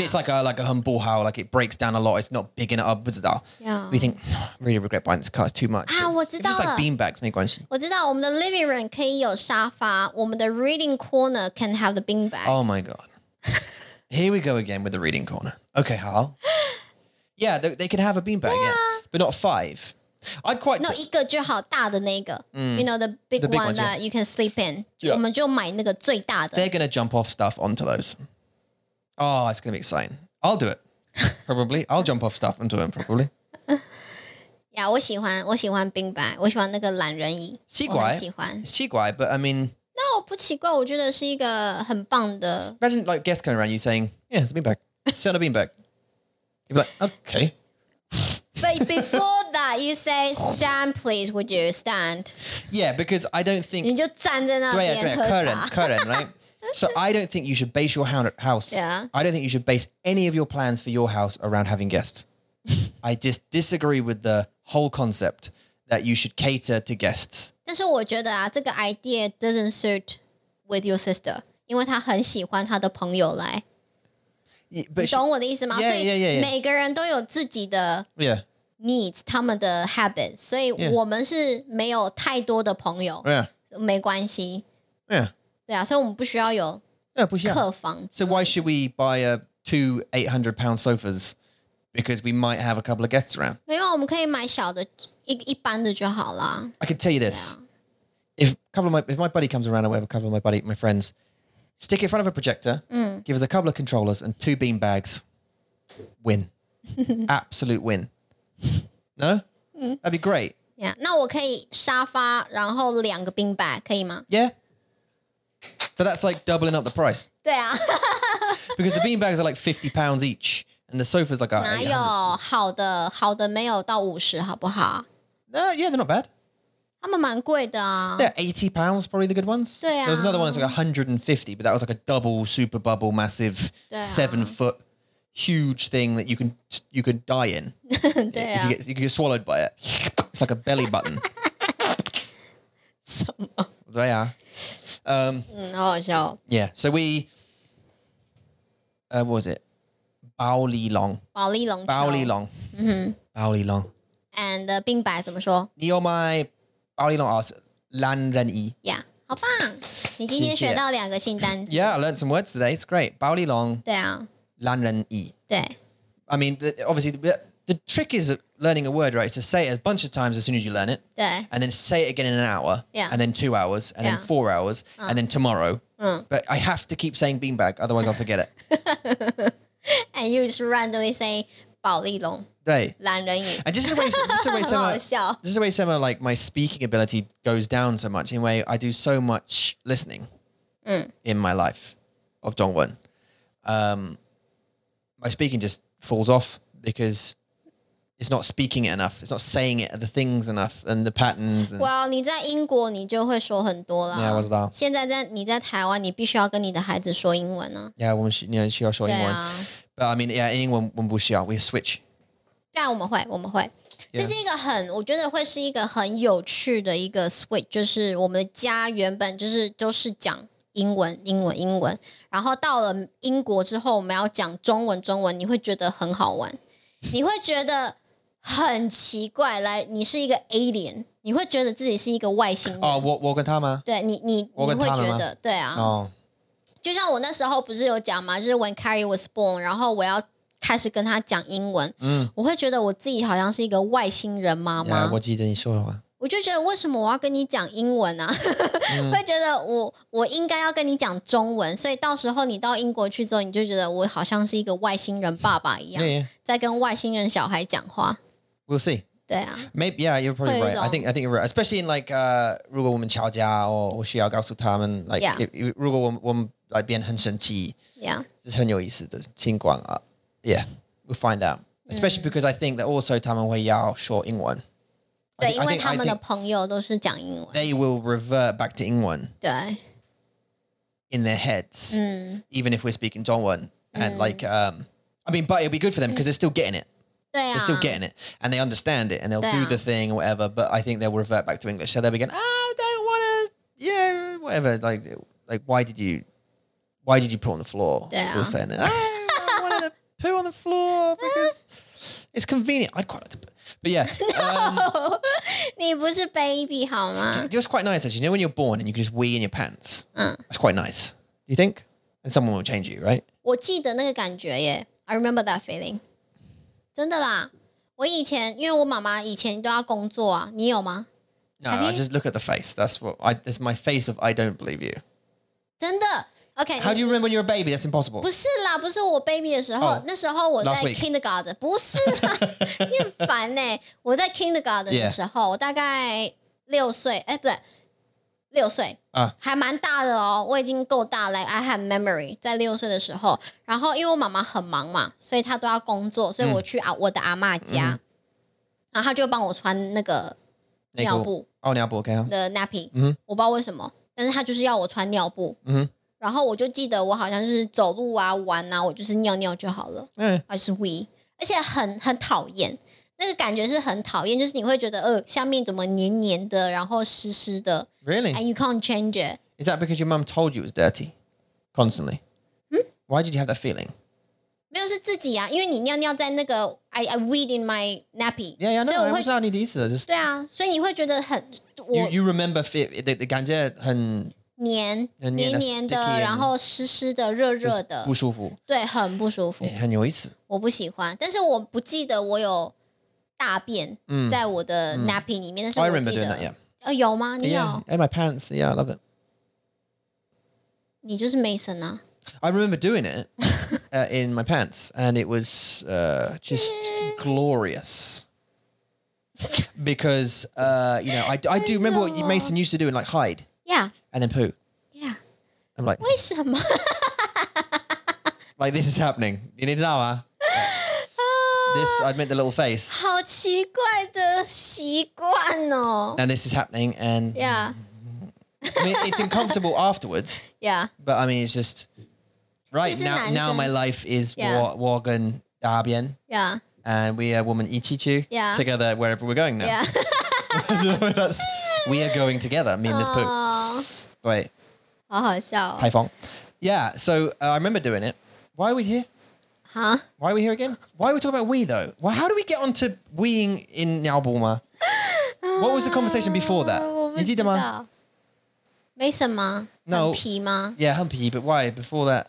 Speaker 3: it's like a like a humble how like it breaks down a lot, it's not big enough, 不知道.
Speaker 2: Yeah.
Speaker 3: We think, "Oh, I really regret buying this car, it's too much.
Speaker 2: 啊，
Speaker 3: If it's just
Speaker 2: 我知道了。
Speaker 3: like beanbags, 没关系.
Speaker 2: 我知道我们的 living room 可以有沙发，我们的 reading corner can have the bean bag。
Speaker 3: Oh my god. Here we go again with the reading corner. Okay, how? Yeah, they, they can have a beanbag, yeah. But not five. I'd quite
Speaker 2: No，一个就好大的那个、y o u know the big,
Speaker 3: 嗯 The big
Speaker 2: one
Speaker 3: ones,
Speaker 2: that you can sleep in，、
Speaker 3: Yeah.
Speaker 2: 我们就买那个最大的。
Speaker 3: they're going to jump off stuff onto those. Oh, it's going to be exciting. I'll do it. Probably. I'll jump off stuff onto them, probably.
Speaker 2: 呀我喜欢，我喜欢冰白，我喜欢那个懒人椅，
Speaker 3: 奇
Speaker 2: 我
Speaker 3: 怪
Speaker 2: 很喜欢。
Speaker 3: It's cheeky, but I mean,
Speaker 2: 那我不奇怪，我觉得是一个很棒
Speaker 3: <laughs>
Speaker 2: 的。
Speaker 3: imagine like guests coming around you saying, yeah, it's a beanbag. Sell a beanbag. You'd be like, okay.
Speaker 2: But before that, what you say. Stand, please. Would you stand?
Speaker 3: Yeah, because I don't think.
Speaker 2: 你就站在那
Speaker 3: 对啊
Speaker 2: 边
Speaker 3: 对啊
Speaker 2: 喝
Speaker 3: 客人
Speaker 2: 茶。
Speaker 3: 客人 right? So I don't think you should base your hou- house.
Speaker 2: Yeah.
Speaker 3: I don't think you should base any of your plans for your house around having guests. I just disagree with the whole concept that you should cater to guests.
Speaker 2: 但是我觉得啊，这个 idea doesn't suit with your sister，因为她很喜欢她的朋友来，
Speaker 3: Y-
Speaker 2: 你
Speaker 3: But she-
Speaker 2: 懂我的意思吗
Speaker 3: Yeah,
Speaker 2: 所以
Speaker 3: yeah, yeah, yeah.
Speaker 2: 每个人都有自己的
Speaker 3: yeah,
Speaker 2: needs，他们的 habit，所以
Speaker 3: Yeah.
Speaker 2: 我们是没有太多的朋友
Speaker 3: yeah,
Speaker 2: 没关系，
Speaker 3: yeah.
Speaker 2: 对啊，所以我们不需要有
Speaker 3: Yeah, push it out.
Speaker 2: 客房之
Speaker 3: So
Speaker 2: 类
Speaker 3: why should we buy a two eight hundred pound sofas because we might have a couple of guests around?
Speaker 2: 没有，我们可以买小的，一一般的就好啦。
Speaker 3: I could tell you this: if a couple of my if my buddy comes around or whatever, a couple of my buddy my friends, stick it in front of a projector, give us a couple of controllers and two bean bags, win, absolute win. No, that'd be great.
Speaker 2: Yeah. 那我可以沙发，然后两个冰白，可以吗？
Speaker 3: Yeah. So that's like doubling up the price
Speaker 2: 对啊，
Speaker 3: because the bean bags are like fifty pounds each, and the sofas like are
Speaker 2: <laughs> 哪
Speaker 3: 800.
Speaker 2: 有好的？好的没有到五十，好不好？
Speaker 3: No, yeah, they're not bad.
Speaker 2: 他们蛮贵的啊。
Speaker 3: Yeah, eighty pounds probably the good ones.
Speaker 2: Yeah.
Speaker 3: There was another one that's like hundred and fifty, but that was like a double super bubble, massive,
Speaker 2: Yeah.
Speaker 3: seven foot, huge thing that you can you could die in. if
Speaker 2: Yeah.
Speaker 3: you get, you get swallowed by it. It's like a
Speaker 2: <laughs>
Speaker 3: belly button.
Speaker 2: 什么？
Speaker 3: they are. Um,
Speaker 2: 嗯，好好笑、哦。
Speaker 3: yeah. So we, uh, what was it? Bao Li Long.
Speaker 2: 保利龙球
Speaker 3: Bao Li Long. Mm-hmm. Bao Li Long.
Speaker 2: and 呃冰白怎么说
Speaker 3: Neo mai Bao Li Long asks Lan Ren Yi.
Speaker 2: ？Yeah，好棒！你今天
Speaker 3: 谢谢
Speaker 2: 学到两个新单词。
Speaker 3: Yeah, I learned some words today. It's great. Bao Li Long,
Speaker 2: 对啊，
Speaker 3: Lan Ren Yi.
Speaker 2: 对，
Speaker 3: I mean, the, obviously, the, the trick is learning a word, right? Is to say it a bunch of times as soon as you learn it,
Speaker 2: 对，
Speaker 3: and then say it again in an hour,
Speaker 2: Yeah.
Speaker 3: and then two hours, and
Speaker 2: Yeah. Uh.
Speaker 3: then four hours, and then tomorrow. But I have to keep saying beanbag, otherwise I'll forget it.
Speaker 2: And you just randomly say 保利龙
Speaker 3: Day.
Speaker 2: 懒人椅。
Speaker 3: And just the way, just the way some
Speaker 2: 很
Speaker 3: of,
Speaker 2: 好笑。
Speaker 3: just the way some of like my speaking ability goes down so much. In a way, I do so much listening in my life of Dongwon. Um, my speaking just falls off because it's not speaking it enough. It's not saying it the things enough and the patterns. And,
Speaker 2: Well，你在英国你就会说很多啦。
Speaker 3: 嗯 Yeah，我知道
Speaker 2: 现在在你在台湾，你必须要跟你的孩子说英文啊呢、
Speaker 3: yeah, woman, she, you know, she also
Speaker 2: 对
Speaker 3: England.
Speaker 2: 啊，
Speaker 3: But I mean, yeah, England, when we we switch.
Speaker 2: 对啊，我们会，我们会。这
Speaker 3: Yeah
Speaker 2: 是一个很，我觉得会是一个很有趣的一个 switch，就是我们的家原本就是都是讲英文、英文、英文，然后到了英国之后，我们要讲中文、中文，你会觉得很好玩，你会觉得很奇怪，来，你是一个 alien，你会觉得自己是一个外星人，
Speaker 3: Oh, what, what, Tama?
Speaker 2: 对你，你你
Speaker 3: 我跟
Speaker 2: 会
Speaker 3: 他们
Speaker 2: 觉
Speaker 3: 吗
Speaker 2: 得，对啊，
Speaker 3: Oh,
Speaker 2: 就像我那时候不是有讲嘛，就是 When Carrie was born，然后我要开始跟她讲英文，嗯，我会觉得我自己好像是一个外星人妈妈
Speaker 3: Oh, yeah, 我记得你说的话。
Speaker 2: 我就觉得为什么我要跟你讲英文啊？
Speaker 3: 嗯
Speaker 2: <laughs> 会觉得我我应该要跟你讲中文，所以到时候你到英国去之后，你就觉得我好像是一个外星人爸爸一
Speaker 3: Yeah,
Speaker 2: 样，
Speaker 3: yeah.
Speaker 2: 在跟外星人小孩讲话，
Speaker 3: We'll see.
Speaker 2: 对啊，
Speaker 3: Maybe yeah, you're probably
Speaker 2: Or
Speaker 3: right. I
Speaker 2: wrong.
Speaker 3: think I think you're right, especially in like uh, 如果我们吵架 or 我需要告诉他们 like
Speaker 2: Yeah.
Speaker 3: if- if- 如果我们-我们 like 变很生气，这是很有意思的情况啊。
Speaker 2: 对啊，
Speaker 3: uh, Yeah, we'll find out. Especially because I think that also 他们会要说英文.
Speaker 2: 对，
Speaker 3: think-
Speaker 2: 因
Speaker 3: I
Speaker 2: 为
Speaker 3: think-
Speaker 2: 他
Speaker 3: I
Speaker 2: 们的
Speaker 3: think
Speaker 2: 朋友都是讲英文，
Speaker 3: they will revert back to 英文
Speaker 2: 对，
Speaker 3: in their heads,
Speaker 2: 嗯，
Speaker 3: even if we're speaking Dongwon. And like, um, I mean, but it'll be good for them because they're still getting it.
Speaker 2: 对啊，
Speaker 3: They're still getting it, and they understand it, and they'll do
Speaker 2: Yeah.
Speaker 3: the thing or whatever. But I think they'll revert back to English. So they'll be going, "Ah, I don't want to, yeah, whatever." Like, like why did you, why did you put on the floor?
Speaker 2: Yeah.
Speaker 3: They'll say that. "Ah, I <laughs> wanted to poo on the <laughs> floor because it's convenient. I'd quite like to, poo. but <laughs> yeah, um,
Speaker 2: 你不是 baby 好
Speaker 3: <laughs>
Speaker 2: 吗？
Speaker 3: it was quite nice actually. You know when you're born and you can just wee in your pants.
Speaker 2: Mm.
Speaker 3: That's quite nice. You think? And someone will change you, right?
Speaker 2: 我记得那个感觉耶，I remember that feeling。真的啦，我以前因为我妈妈以前都要工作啊，你有吗？
Speaker 3: No,
Speaker 2: Have
Speaker 3: I
Speaker 2: you-
Speaker 3: just look at the face. That's what I. That's my face of I don't believe you.
Speaker 2: 真的，OK？
Speaker 3: How do you
Speaker 2: 你
Speaker 3: remember when you were a baby? That's impossible.
Speaker 2: 不是啦，不是我 baby 的时候
Speaker 3: Oh,
Speaker 2: 那时候我在
Speaker 3: last week.
Speaker 2: kindergarten，不是
Speaker 3: <laughs>
Speaker 2: 啦，你很烦呢、我在 kindergarten 的
Speaker 3: Yeah.
Speaker 2: 时候，我大概六岁，哎、不对，六岁，
Speaker 3: 啊
Speaker 2: 还蛮大的哦，我已经够大了。I have memory，在六岁的时候，然
Speaker 3: 嗯
Speaker 2: 后因为我妈妈很忙嘛，所以她都要工作，所以我去啊、我的阿嬷家，然后他就帮我穿那个
Speaker 3: 内
Speaker 2: 尿
Speaker 3: 裤
Speaker 2: 布
Speaker 3: 哦，Oh, 尿布 OK 啊，
Speaker 2: 的 nappy，、
Speaker 3: 嗯
Speaker 2: 我不知道为什么，但是他就是要我穿尿布，
Speaker 3: 嗯哼
Speaker 2: 然后我就记得我好像是走路啊、玩啊，我就是尿尿就好了，
Speaker 3: 嗯，
Speaker 2: 还是 we，而且很很讨厌，那个感觉是很讨厌，就是你会觉得呃下面怎么黏黏的，然后湿湿的
Speaker 3: really
Speaker 2: ，and you can't change it，
Speaker 3: Is that because your mum told you it was dirty constantly?
Speaker 2: Hmm?
Speaker 3: Why did you have that feeling?
Speaker 2: 没有是自己啊，因为你尿尿在那个 I I weed in my nappy，
Speaker 3: Yeah, yeah,
Speaker 2: 所
Speaker 3: no,
Speaker 2: 以
Speaker 3: I
Speaker 2: 我
Speaker 3: was
Speaker 2: 会
Speaker 3: not need either. Just
Speaker 2: 对啊，所以你会觉得很
Speaker 3: you,
Speaker 2: 我
Speaker 3: you remember fear, the, the 感觉很
Speaker 2: 黏
Speaker 3: 很黏
Speaker 2: 黏黏
Speaker 3: 的 sticky 嗯
Speaker 2: 的，
Speaker 3: and-
Speaker 2: 然后湿湿的、热热的，对，很不舒服。我不喜欢，但是我不记得我有大便
Speaker 3: 嗯 Oh,
Speaker 2: 在我的 nappy 里面，但是
Speaker 3: I
Speaker 2: 我
Speaker 3: remember
Speaker 2: 记
Speaker 3: doing that, yeah.
Speaker 2: 得，呃，有吗？你
Speaker 3: Yeah,
Speaker 2: 有，
Speaker 3: in my pants. Yeah, I love it.
Speaker 2: 你就是 Mason 啊，
Speaker 3: I remember doing
Speaker 2: <laughs>
Speaker 3: it uh, in my pants, and it was uh, just glorious. Because uh, you know, I, I do remember what Mason used to do and like hide
Speaker 2: ，Yeah
Speaker 3: and then poo.
Speaker 2: Yeah，
Speaker 3: I'm like,
Speaker 2: 为什么？
Speaker 3: like this is happening. You need to know, huh? This I'd make the little
Speaker 2: <laughs>
Speaker 3: face.
Speaker 2: 好奇怪的习惯哦。
Speaker 3: and this is happening and
Speaker 2: Yeah
Speaker 3: I mean, it's uncomfortable
Speaker 2: <laughs>
Speaker 3: afterwards
Speaker 2: Yeah，
Speaker 3: but i mean it's just right
Speaker 2: Just
Speaker 3: now
Speaker 2: an
Speaker 3: now my
Speaker 2: answer.
Speaker 3: life is
Speaker 2: Yeah.
Speaker 3: yeah. wagon Darbian,
Speaker 2: Yeah
Speaker 3: and we are woman ichichu
Speaker 2: Yeah.
Speaker 3: together wherever we're going now <laughs>
Speaker 2: Yeah，
Speaker 3: That's- we are going together me and this poo
Speaker 2: 哦，
Speaker 3: right
Speaker 2: 好好笑哦
Speaker 3: Haifong. yeah so uh, i remember doing it why are we here
Speaker 2: 哈。
Speaker 3: why are we here again why are we talking about we though well how do we get on to weeing in Nyalbulma? what was the conversation before
Speaker 2: <laughs>
Speaker 3: that
Speaker 2: 我不
Speaker 3: You
Speaker 2: 知
Speaker 3: did them on-
Speaker 2: 道。没什么，
Speaker 3: No
Speaker 2: 很皮吗？
Speaker 3: yeah humpy but why before that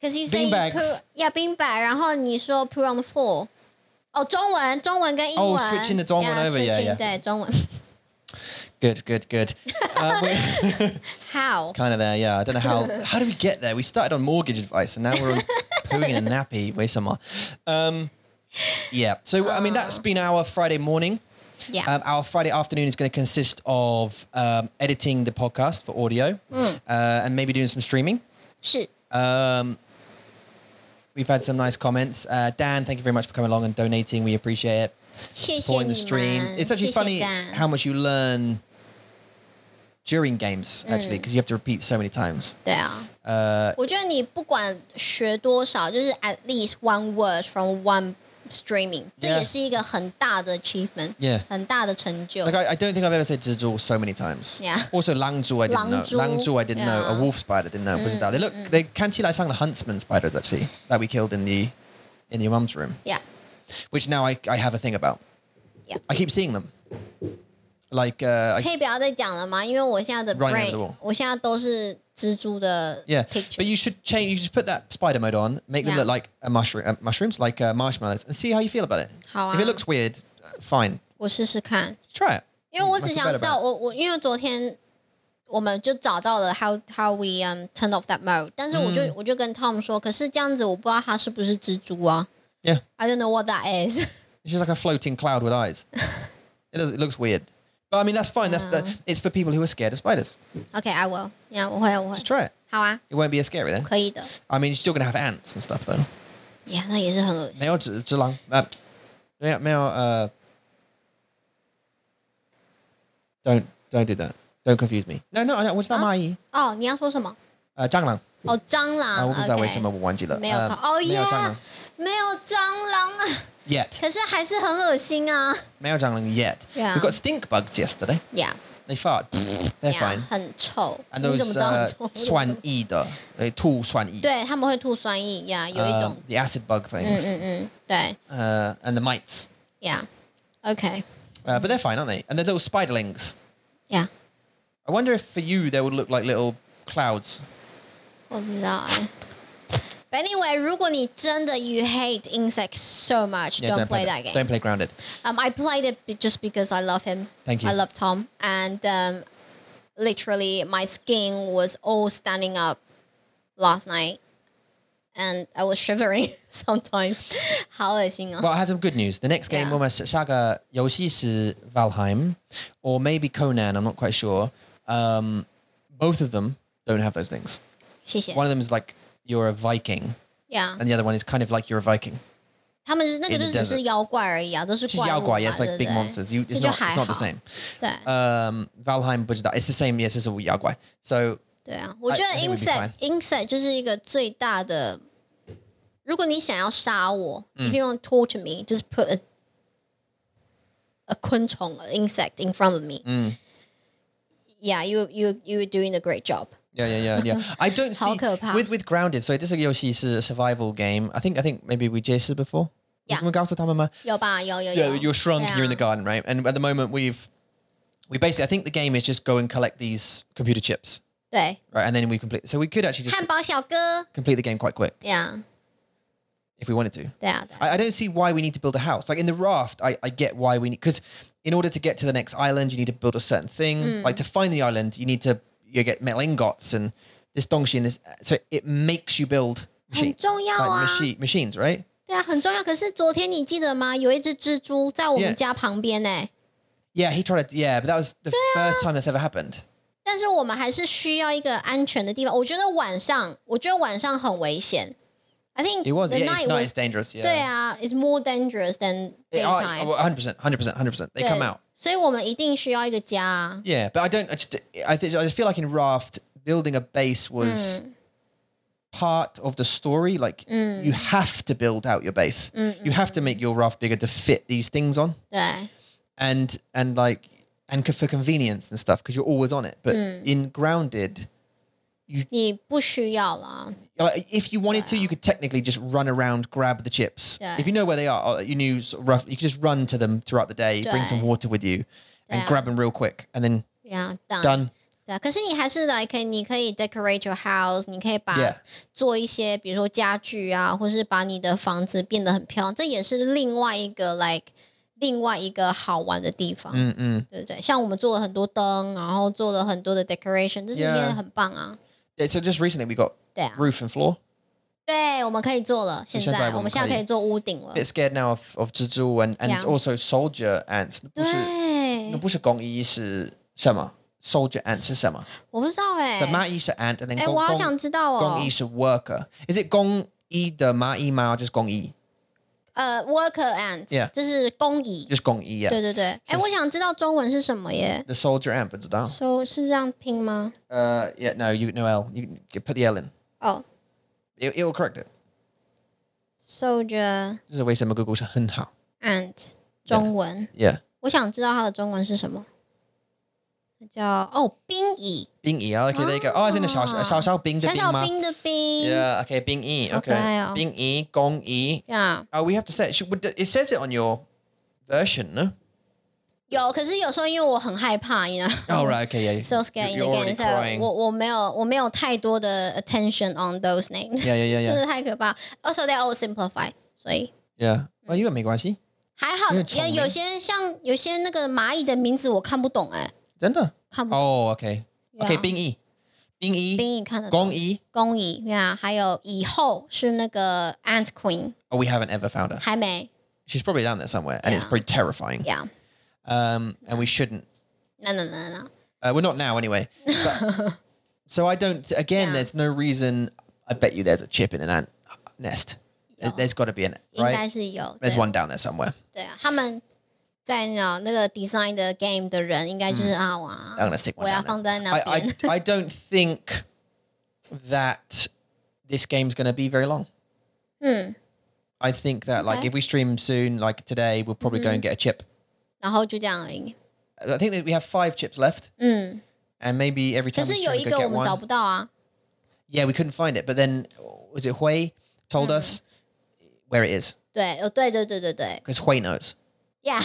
Speaker 2: 可是 you say you
Speaker 3: Beanbags
Speaker 2: put yeah 冰白，然后你说 put on the floor。哦，中文，中文跟英文。
Speaker 3: Oh, switching the 中文
Speaker 2: Yeah,
Speaker 3: over, yeah,
Speaker 2: switching,
Speaker 3: yeah.
Speaker 2: 对，中文。 <laughs>
Speaker 3: good good good uh, we- <laughs>
Speaker 2: How？
Speaker 3: kind of there, yeah. I don't know how. how do we get there? We started on mortgage advice, and now we're on pooing in a nappy way somewhere. Um, yeah. So I mean, that's been our Friday morning.
Speaker 2: Yeah.
Speaker 3: Um, our Friday afternoon is going to consist of um, editing the podcast for audio uh, and maybe doing some streaming.
Speaker 2: 是
Speaker 3: Um, we've had some nice comments. Uh, Dan, thank you very much for coming along and donating. We appreciate it.
Speaker 2: 谢谢
Speaker 3: Supporting the
Speaker 2: 你
Speaker 3: stream.
Speaker 2: 们。
Speaker 3: It's
Speaker 2: 谢
Speaker 3: actually
Speaker 2: 谢
Speaker 3: funny
Speaker 2: 干
Speaker 3: how much you learn during games, actually,
Speaker 2: Mm.
Speaker 3: because you have to repeat so many times.
Speaker 2: 对啊，
Speaker 3: Uh,
Speaker 2: 我觉得你不管学多少，就是 at least one word from one streaming，这
Speaker 3: Yeah
Speaker 2: 也是一个很大的 achievement，
Speaker 3: Yeah
Speaker 2: 很大的成就
Speaker 3: Like。I, I don't think I've ever said Zizul so many times.
Speaker 2: Yeah.
Speaker 3: Also Langzhu I didn't know.
Speaker 2: Langzhu,
Speaker 3: Langzhu I didn't know. A
Speaker 2: yeah.
Speaker 3: wolf spider didn't know. Mm, they look they can see like some of the huntsman spiders actually that we killed in the in your mum's room.
Speaker 2: Yeah，
Speaker 3: Which now I, I have a thing about.
Speaker 2: Yeah.
Speaker 3: I keep seeing them. Like uh I,
Speaker 2: 可以不要再讲了吗？因为我现在的
Speaker 3: Running over the wall
Speaker 2: brain，我现在都是蜘蛛的
Speaker 3: yeah. But you
Speaker 2: picture。
Speaker 3: should change you should put that spider mode on, make them
Speaker 2: Yeah.
Speaker 3: look like a mushroom uh, mushrooms, like uh, marshmallows, and see how you feel about it.
Speaker 2: How
Speaker 3: if it
Speaker 2: are-
Speaker 3: looks weird, uh, fine.
Speaker 2: 我试试看。
Speaker 3: Try it.
Speaker 2: 因为我只
Speaker 3: Like,
Speaker 2: 想
Speaker 3: forget
Speaker 2: 知道，
Speaker 3: about it.
Speaker 2: 我我因为昨天我们就找到了 how how we um turn off that mode，但是我就、
Speaker 3: 嗯
Speaker 2: 我就跟 Tom 说，可是这样子我不知道它是不是蜘蛛啊
Speaker 3: Yeah.
Speaker 2: ，I don't know what that is 。 <laughs>
Speaker 3: It's just like a floating cloud with eyes. it, does, it looks weird. But I mean, that's fine. That's the, it's for people who are scared of spiders.
Speaker 2: OK，I、will，yeah, 我会我会
Speaker 3: Just，try it.
Speaker 2: 好啊，
Speaker 3: It won't be as scary then.
Speaker 2: 可以的。
Speaker 3: I mean, you're still going to have ants and stuff though.
Speaker 2: 呀、那也是很恶心。
Speaker 3: 没有只只狼, uh, 没有-没有, uh, don't don't do that. Don't confuse me. No, no, no. 我知道蚂蚁，
Speaker 2: 哦，你要说什么？
Speaker 3: 呃，蟑螂。
Speaker 2: 哦，蟑螂。OK
Speaker 3: 啊，我不知道为什么我忘记了。
Speaker 2: 没有
Speaker 3: 呃，
Speaker 2: 考。哦耶
Speaker 3: 没有蟑螂。，
Speaker 2: 没有蟑螂啊，
Speaker 3: Yet.
Speaker 2: 可是还是很恶心啊。
Speaker 3: 没有蟑螂 yet.
Speaker 2: Yeah.
Speaker 3: We got stink bugs yesterday.
Speaker 2: Yeah，,
Speaker 3: They fart.
Speaker 2: <laughs>
Speaker 3: They're
Speaker 2: yeah
Speaker 3: fine.
Speaker 2: 很臭。
Speaker 3: And
Speaker 2: 你怎么
Speaker 3: those
Speaker 2: 知道很
Speaker 3: uh,
Speaker 2: 臭？
Speaker 3: <laughs> 酸液的，呃，吐酸液。
Speaker 2: 对，他们会吐酸液呀有一
Speaker 3: Uh,
Speaker 2: 种 Mm,
Speaker 3: the acid bug
Speaker 2: 嗯
Speaker 3: things
Speaker 2: 嗯嗯，对
Speaker 3: uh, and the mites.
Speaker 2: ，Yeah，OK，Yeah，、
Speaker 3: Uh, but they're fine, aren't they? And they're little spiderlings.
Speaker 2: Yeah，
Speaker 3: I wonder if for you they would look like little clouds.
Speaker 2: 我不知道哎、But anyway，如果你真的 you hate insects so much,
Speaker 3: Yeah,
Speaker 2: don't play that
Speaker 3: that-
Speaker 2: game.
Speaker 3: Don't play grounded.
Speaker 2: Um, I played it be- just because I love him.
Speaker 3: Thank you.
Speaker 2: I love Tom, and um, literally my skin was all standing up last night, and I was shivering <laughs> sometimes. 好恶心哦！
Speaker 3: Well, I have some good news. The next game
Speaker 2: Yeah.
Speaker 3: will my saga Yoshi Valheim or maybe Conan, I'm not quite sure. Um, both of them don't have those things.
Speaker 2: 谢谢。
Speaker 3: One of them is like you're a Viking
Speaker 2: Yeah,
Speaker 3: and the other one is kind of like you're a Viking.
Speaker 2: 他们就是那个
Speaker 3: In the
Speaker 2: 就只是
Speaker 3: desert
Speaker 2: 妖怪而已啊，都是怪物嘛
Speaker 3: Yagua, yes,
Speaker 2: 对
Speaker 3: like
Speaker 2: 不
Speaker 3: big
Speaker 2: 对
Speaker 3: monsters. You,
Speaker 2: 那
Speaker 3: it's
Speaker 2: 就
Speaker 3: not,
Speaker 2: 还
Speaker 3: it's
Speaker 2: 好
Speaker 3: not the same.
Speaker 2: 对
Speaker 3: Um, Valheim, Bujida, it's the same. Yes, it's a Yagua. So
Speaker 2: 对啊，我觉得
Speaker 3: I think it would be
Speaker 2: insect insect 就是一个最大的。如果你想要杀我、i
Speaker 3: 嗯
Speaker 2: f you want to torture me, just put a a 昆虫 a insect in front of me. 嗯，Yeah, you you you were doing a great job.
Speaker 3: yeah, yeah, yeah, yeah. I
Speaker 2: <laughs>
Speaker 3: don't see
Speaker 2: 好可怕。
Speaker 3: with with grounded. So this is a Yoshi it's a survival game. I think I think maybe we Jason before.
Speaker 2: Yeah.
Speaker 3: 我们告诉他们吗？
Speaker 2: 有吧？有有有。
Speaker 3: yeah, you're shrunk,
Speaker 2: Yeah.
Speaker 3: you're in the garden, right? And at the moment, we've we basically, I think the game is just go and collect these computer chips,
Speaker 2: 对，
Speaker 3: right? And then we complete. So we could actually just
Speaker 2: 汉堡小哥。
Speaker 3: complete the game quite quick
Speaker 2: Yeah，
Speaker 3: if we wanted to.
Speaker 2: 对啊，对啊
Speaker 3: I, I don't see why we need to build a house. Like in the raft, I, I get why we need because in order to get to the next island, you need to build a certain thing.
Speaker 2: Hmm.
Speaker 3: Like to find the island, you need to you get metal ingots and this dongshi and this. So it makes you build machine,
Speaker 2: 很重要啊。
Speaker 3: like machi- machines, right?
Speaker 2: 对啊，很重要。可是昨天你记得吗？有一只蜘蛛在我
Speaker 3: Yeah.
Speaker 2: 们家旁边呢、欸
Speaker 3: Yeah, he tried to. Yeah, but that was the first time that's ever happened.
Speaker 2: 但是我们还是需要一个安全的地方。我觉得晚上，我觉得晚上很危险。I think
Speaker 3: It was.
Speaker 2: the
Speaker 3: yeah, it's
Speaker 2: night
Speaker 3: not.
Speaker 2: was
Speaker 3: It's dangerous. Yeah.
Speaker 2: 对啊，it's more dangerous than
Speaker 3: Yeah, I- oh, I-
Speaker 2: daytime.
Speaker 3: 100%, 100%, 100%, 100%. They
Speaker 2: 对
Speaker 3: come out.
Speaker 2: 所以我们一定需要一个家啊。
Speaker 3: Yeah, but I don't. I just, I, think I just feel like in Raft, building a base was
Speaker 2: Mm.
Speaker 3: part of the story. Like you have to build out your base. You have to make your raft bigger to fit these things on,
Speaker 2: 对，
Speaker 3: and and like and for convenience and stuff because you're always on it. But
Speaker 2: Mm.
Speaker 3: in grounded,
Speaker 2: 你不需要啦。
Speaker 3: like, if you wanted to, you could technically just run around, grab the chips.
Speaker 2: Yeah.
Speaker 3: If you know where they are, or you knew sort of rough. You could just run to them throughout the day, bring some
Speaker 2: Yeah.
Speaker 3: water with you, and
Speaker 2: Yeah.
Speaker 3: grab them real quick, and then
Speaker 2: 对啊，当然。
Speaker 3: done.
Speaker 2: 对啊，可是你还是来可以，你可以 decorate your house，你可以把
Speaker 3: Yeah.
Speaker 2: 做一些，比如说家具啊，或是把你的房子变得很漂亮，这也是另外一个 like 另外一个好玩的地方，
Speaker 3: Mm mm.
Speaker 2: 对不对？像我们做了很多灯，然后做了很多的 decoration，这些
Speaker 3: Yeah.
Speaker 2: 也很棒啊。
Speaker 3: Yeah, so just recently we got
Speaker 2: Yeah.
Speaker 3: roof and floor.
Speaker 2: 对，我们可以做了，现
Speaker 3: 现在我
Speaker 2: 在
Speaker 3: 们
Speaker 2: 我们现在
Speaker 3: 可以
Speaker 2: 可以做屋顶了
Speaker 3: Bit。scared now of of Zizou and and
Speaker 2: Oh. Yeah.
Speaker 3: also soldier ants.
Speaker 2: 对，
Speaker 3: 不是不是工艺是什么 soldier ants 是什么？
Speaker 2: 我不知道哎、
Speaker 3: So 蚂蚁是 ant and then
Speaker 2: 哎、我好 Eh, 想知道哦。
Speaker 3: 工艺是 worker. Is it 工艺的蚂蚁吗？or just 工艺？
Speaker 2: 呃，worker ant，
Speaker 3: Yeah.
Speaker 2: 就是工蚁。
Speaker 3: Just 工艺 yeah.
Speaker 2: 对对对，哎、
Speaker 3: So-
Speaker 2: 我想知道中文是什么耶？
Speaker 3: The soldier ant 不知道。
Speaker 2: so, 是这样拼吗？
Speaker 3: Uh yeah no you no L you you put the L in.
Speaker 2: 哦、
Speaker 3: It it will correct it.
Speaker 2: s o l d i e r
Speaker 3: 这是为什么 Google 是很好
Speaker 2: ant 中文
Speaker 3: <laughs> yeah
Speaker 2: 我想知道它的中文是什么。它叫哦，兵蚁，
Speaker 3: 兵蚁 okay there you go oh it's in
Speaker 2: 啊。
Speaker 3: the
Speaker 2: 小小
Speaker 3: 小小小兵的兵吗
Speaker 2: 兵的兵
Speaker 3: yeah okay 兵蚁 okay
Speaker 2: 好可爱哦。
Speaker 3: 兵蚁工蚁
Speaker 2: Yeah
Speaker 3: Oh, we have to say it. Should, would- it says it on your version, no?
Speaker 2: 有，可是有时候因为我很害怕，你知道。
Speaker 3: <laughs> Oh, right. Okay, yeah.
Speaker 2: So scary in
Speaker 3: You're
Speaker 2: the
Speaker 3: already
Speaker 2: game, so
Speaker 3: crying.
Speaker 2: 我我没有我没有太多的 attention on those names，
Speaker 3: Yeah, yeah, yeah,
Speaker 2: 真 <laughs>
Speaker 3: yeah.
Speaker 2: 的太可怕。Also, they all simplify，所以
Speaker 3: Yeah. Well, you got me, Guanxi.
Speaker 2: 还好。
Speaker 3: 因为聪
Speaker 2: 有
Speaker 3: 明
Speaker 2: 有些像有些那个蚂蚁的名字我看不懂，哎，
Speaker 3: 真的？
Speaker 2: 看不
Speaker 3: Oh, okay.
Speaker 2: Yeah.
Speaker 3: Okay,
Speaker 2: E.
Speaker 3: Bing Yi. Bing Yi.
Speaker 2: 兵蚁看得懂。
Speaker 3: E, Gong E. Yi.
Speaker 2: 工蚁呀，还有以后是那个 Ant Queen，
Speaker 3: Oh, we haven't ever found her.
Speaker 2: 还没
Speaker 3: She's probably down there somewhere, and it's
Speaker 2: Yeah.
Speaker 3: pretty terrifying.
Speaker 2: Yeah，
Speaker 3: Um, and we shouldn't.
Speaker 2: 那那那那，
Speaker 3: Uh, we're not now, anyway.
Speaker 2: <laughs>
Speaker 3: But- so I don't. Again,
Speaker 2: Yeah.
Speaker 3: there's no reason. I bet you there's a chip in an ant nest. There- There's got to be an
Speaker 2: 应该
Speaker 3: right?
Speaker 2: 是有。对啊
Speaker 3: There's one down there somewhere.
Speaker 2: 对啊，他们在那那个 design 的 game 的人，应该就是
Speaker 3: 嗯
Speaker 2: 啊哇
Speaker 3: I'm，gonna stick one.
Speaker 2: 我要
Speaker 3: down there.
Speaker 2: 放在那
Speaker 3: I,
Speaker 2: 边。
Speaker 3: I, I don't think that this game's going to be very long.
Speaker 2: 嗯，
Speaker 3: I think that like
Speaker 2: Okay.
Speaker 3: if we stream soon, like today, we'll probably go and get a chip.
Speaker 2: 然后就这样而已。
Speaker 3: I think that we have five chips left,
Speaker 2: 嗯，
Speaker 3: and maybe every
Speaker 2: 可
Speaker 3: time we
Speaker 2: 是有
Speaker 3: stream,
Speaker 2: 一
Speaker 3: we could
Speaker 2: 个我
Speaker 3: get
Speaker 2: 们找
Speaker 3: one.
Speaker 2: 不到啊。
Speaker 3: Yeah, we couldn't find it, but then was it Hui told us where it is
Speaker 2: 对，哦，对对对对对
Speaker 3: because Hui knows.
Speaker 2: ，Yeah，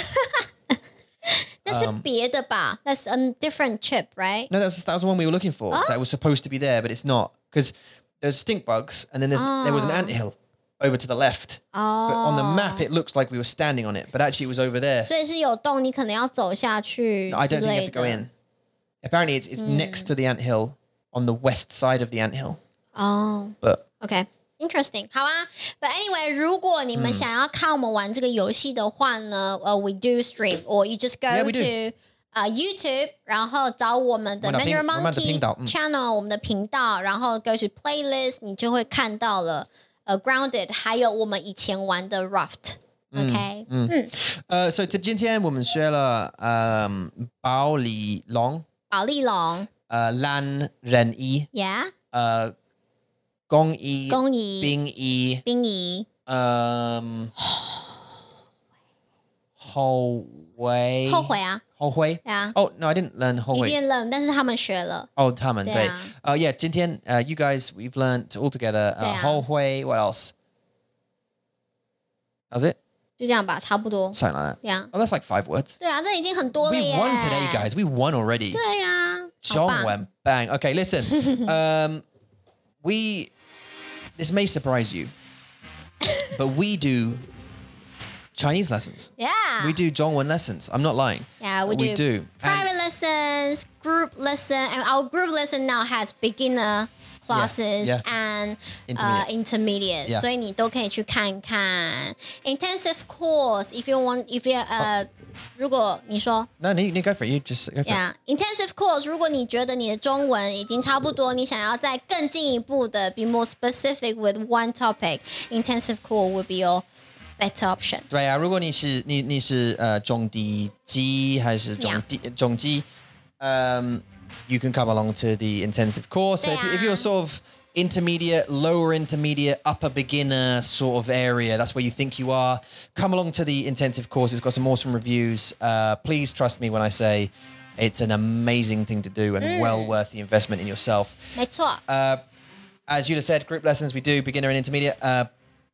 Speaker 2: 那是别的吧？那是 a different chip，right？
Speaker 3: 嗯 No, that was that was the one we were looking for. That was supposed to be there, but it's not because there's stink bugs, and then there's, there was an
Speaker 2: Ah.
Speaker 3: anthill over to the left. But
Speaker 2: 哦，
Speaker 3: on the map, it looks like we were standing on it, but actually it was over there.
Speaker 2: 所以是有洞，你可能要走下去
Speaker 3: No, I
Speaker 2: 之
Speaker 3: don't think you have
Speaker 2: 类
Speaker 3: to go
Speaker 2: 的。
Speaker 3: in. Apparently, it's, it's next to the anthill on the west side of the anthill.
Speaker 2: 哦。
Speaker 3: But
Speaker 2: OK。Interesting，好啊。But anyway，如果你
Speaker 3: 嗯
Speaker 2: 们想要看我们玩这个游戏的话呢，呃、w e do stream or you just go
Speaker 3: Yeah, we do.
Speaker 2: to 呃 YouTube，然后找我们的
Speaker 3: 我们的频
Speaker 2: Mandarin
Speaker 3: 我们的频
Speaker 2: Monkey
Speaker 3: 道嗯
Speaker 2: Channel，我们的频道，然后 go to playlist，你就会看到了。呃 grounded，还有我们以前玩的 raft。OK，嗯，
Speaker 3: 呃，所以今天我们学了，嗯、保利龙，
Speaker 2: 保利龙
Speaker 3: 呃，蓝人衣，
Speaker 2: ，Yeah，
Speaker 3: 呃，工衣，
Speaker 2: 公仪、
Speaker 3: 兵衣，
Speaker 2: 殡仪、
Speaker 3: 嗯、后悔，
Speaker 2: 后悔啊，
Speaker 3: 后悔
Speaker 2: 对啊，
Speaker 3: Oh no, I didn't learn 后
Speaker 2: 一
Speaker 3: 悔。
Speaker 2: 定冷，但是他们学了。
Speaker 3: Oh, 他们
Speaker 2: 对
Speaker 3: 对。
Speaker 2: 啊
Speaker 3: Uh, yeah, 今天 uh, you guys we've learnt all together.
Speaker 2: 对
Speaker 3: Uh,
Speaker 2: 啊
Speaker 3: 后悔 What else? That was it?
Speaker 2: 就这样吧，差不多。
Speaker 3: Something like that.
Speaker 2: 对啊，
Speaker 3: Oh, that's like five words.
Speaker 2: 对啊，这已经很多了
Speaker 3: We
Speaker 2: 耶。
Speaker 3: won today, guys. We won already.
Speaker 2: 对啊，好
Speaker 3: John
Speaker 2: 棒。
Speaker 3: went oh, bang. Okay, <laughs> listen. um, we this may surprise <laughs> you, but we do Chinese lessons.
Speaker 2: Yeah.
Speaker 3: We do Zhongwen lessons. I'm not lying.
Speaker 2: Ah. Yeah, we do.
Speaker 3: We do. And-
Speaker 2: Private lessons, group lesson, and our group lesson now has beginner classes
Speaker 3: yeah.
Speaker 2: and uh,
Speaker 3: Intermediate.
Speaker 2: intermediate.
Speaker 3: Yeah.
Speaker 2: 所以你都可以去看看 intensive course. If you want, if you 呃、
Speaker 3: 哦
Speaker 2: 如果你说
Speaker 3: no, no, you you go for it. You just go for it.
Speaker 2: Yeah, intensive course. 如果你觉得你的中文已经差不多，你想要再更进一步的 be more specific with one topic, intensive course would be your better option.
Speaker 3: 对啊，如果你是你你是呃中低级还是中低中级，嗯、y o u um, can come along to the intensive course. So if, you- if you're
Speaker 2: 对啊
Speaker 3: sort of intermediate, lower intermediate, upper beginner sort of area, that's where you think you are. Come along to the intensive course. It's got some awesome reviews. Uh, please trust me when I say it's an amazing thing to do and well
Speaker 2: Mm.
Speaker 3: worth the investment in yourself.
Speaker 2: 没错，
Speaker 3: as Yula said, group lessons we do beginner and intermediate. Uh,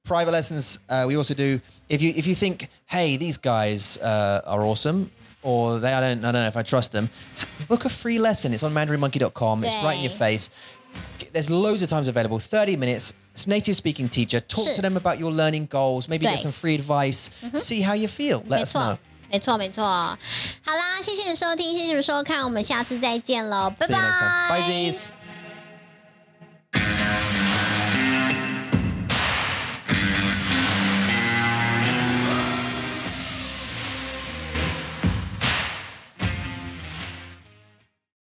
Speaker 3: private lessons uh, we also do. If you if you think, hey, these guys uh, are awesome, or they I don't I don't know if I trust them, book a free lesson. It's on MandarinMonkey.com. It's right in your
Speaker 2: Yay.
Speaker 3: face. G- There's loads of times available. Thirty minutes. It's native speaking teacher. Talk
Speaker 2: Sure. Mm-hmm.
Speaker 3: to them about your learning goals. Maybe get
Speaker 2: Right.
Speaker 3: some free advice. See how you feel. Let
Speaker 2: 没
Speaker 3: us
Speaker 2: 错
Speaker 3: know.，
Speaker 2: 没错，没错。好啦，谢谢你们收听，谢谢你们收看，我们下次再见喽，拜
Speaker 3: See you next time.
Speaker 2: 拜
Speaker 3: Bye, Zs.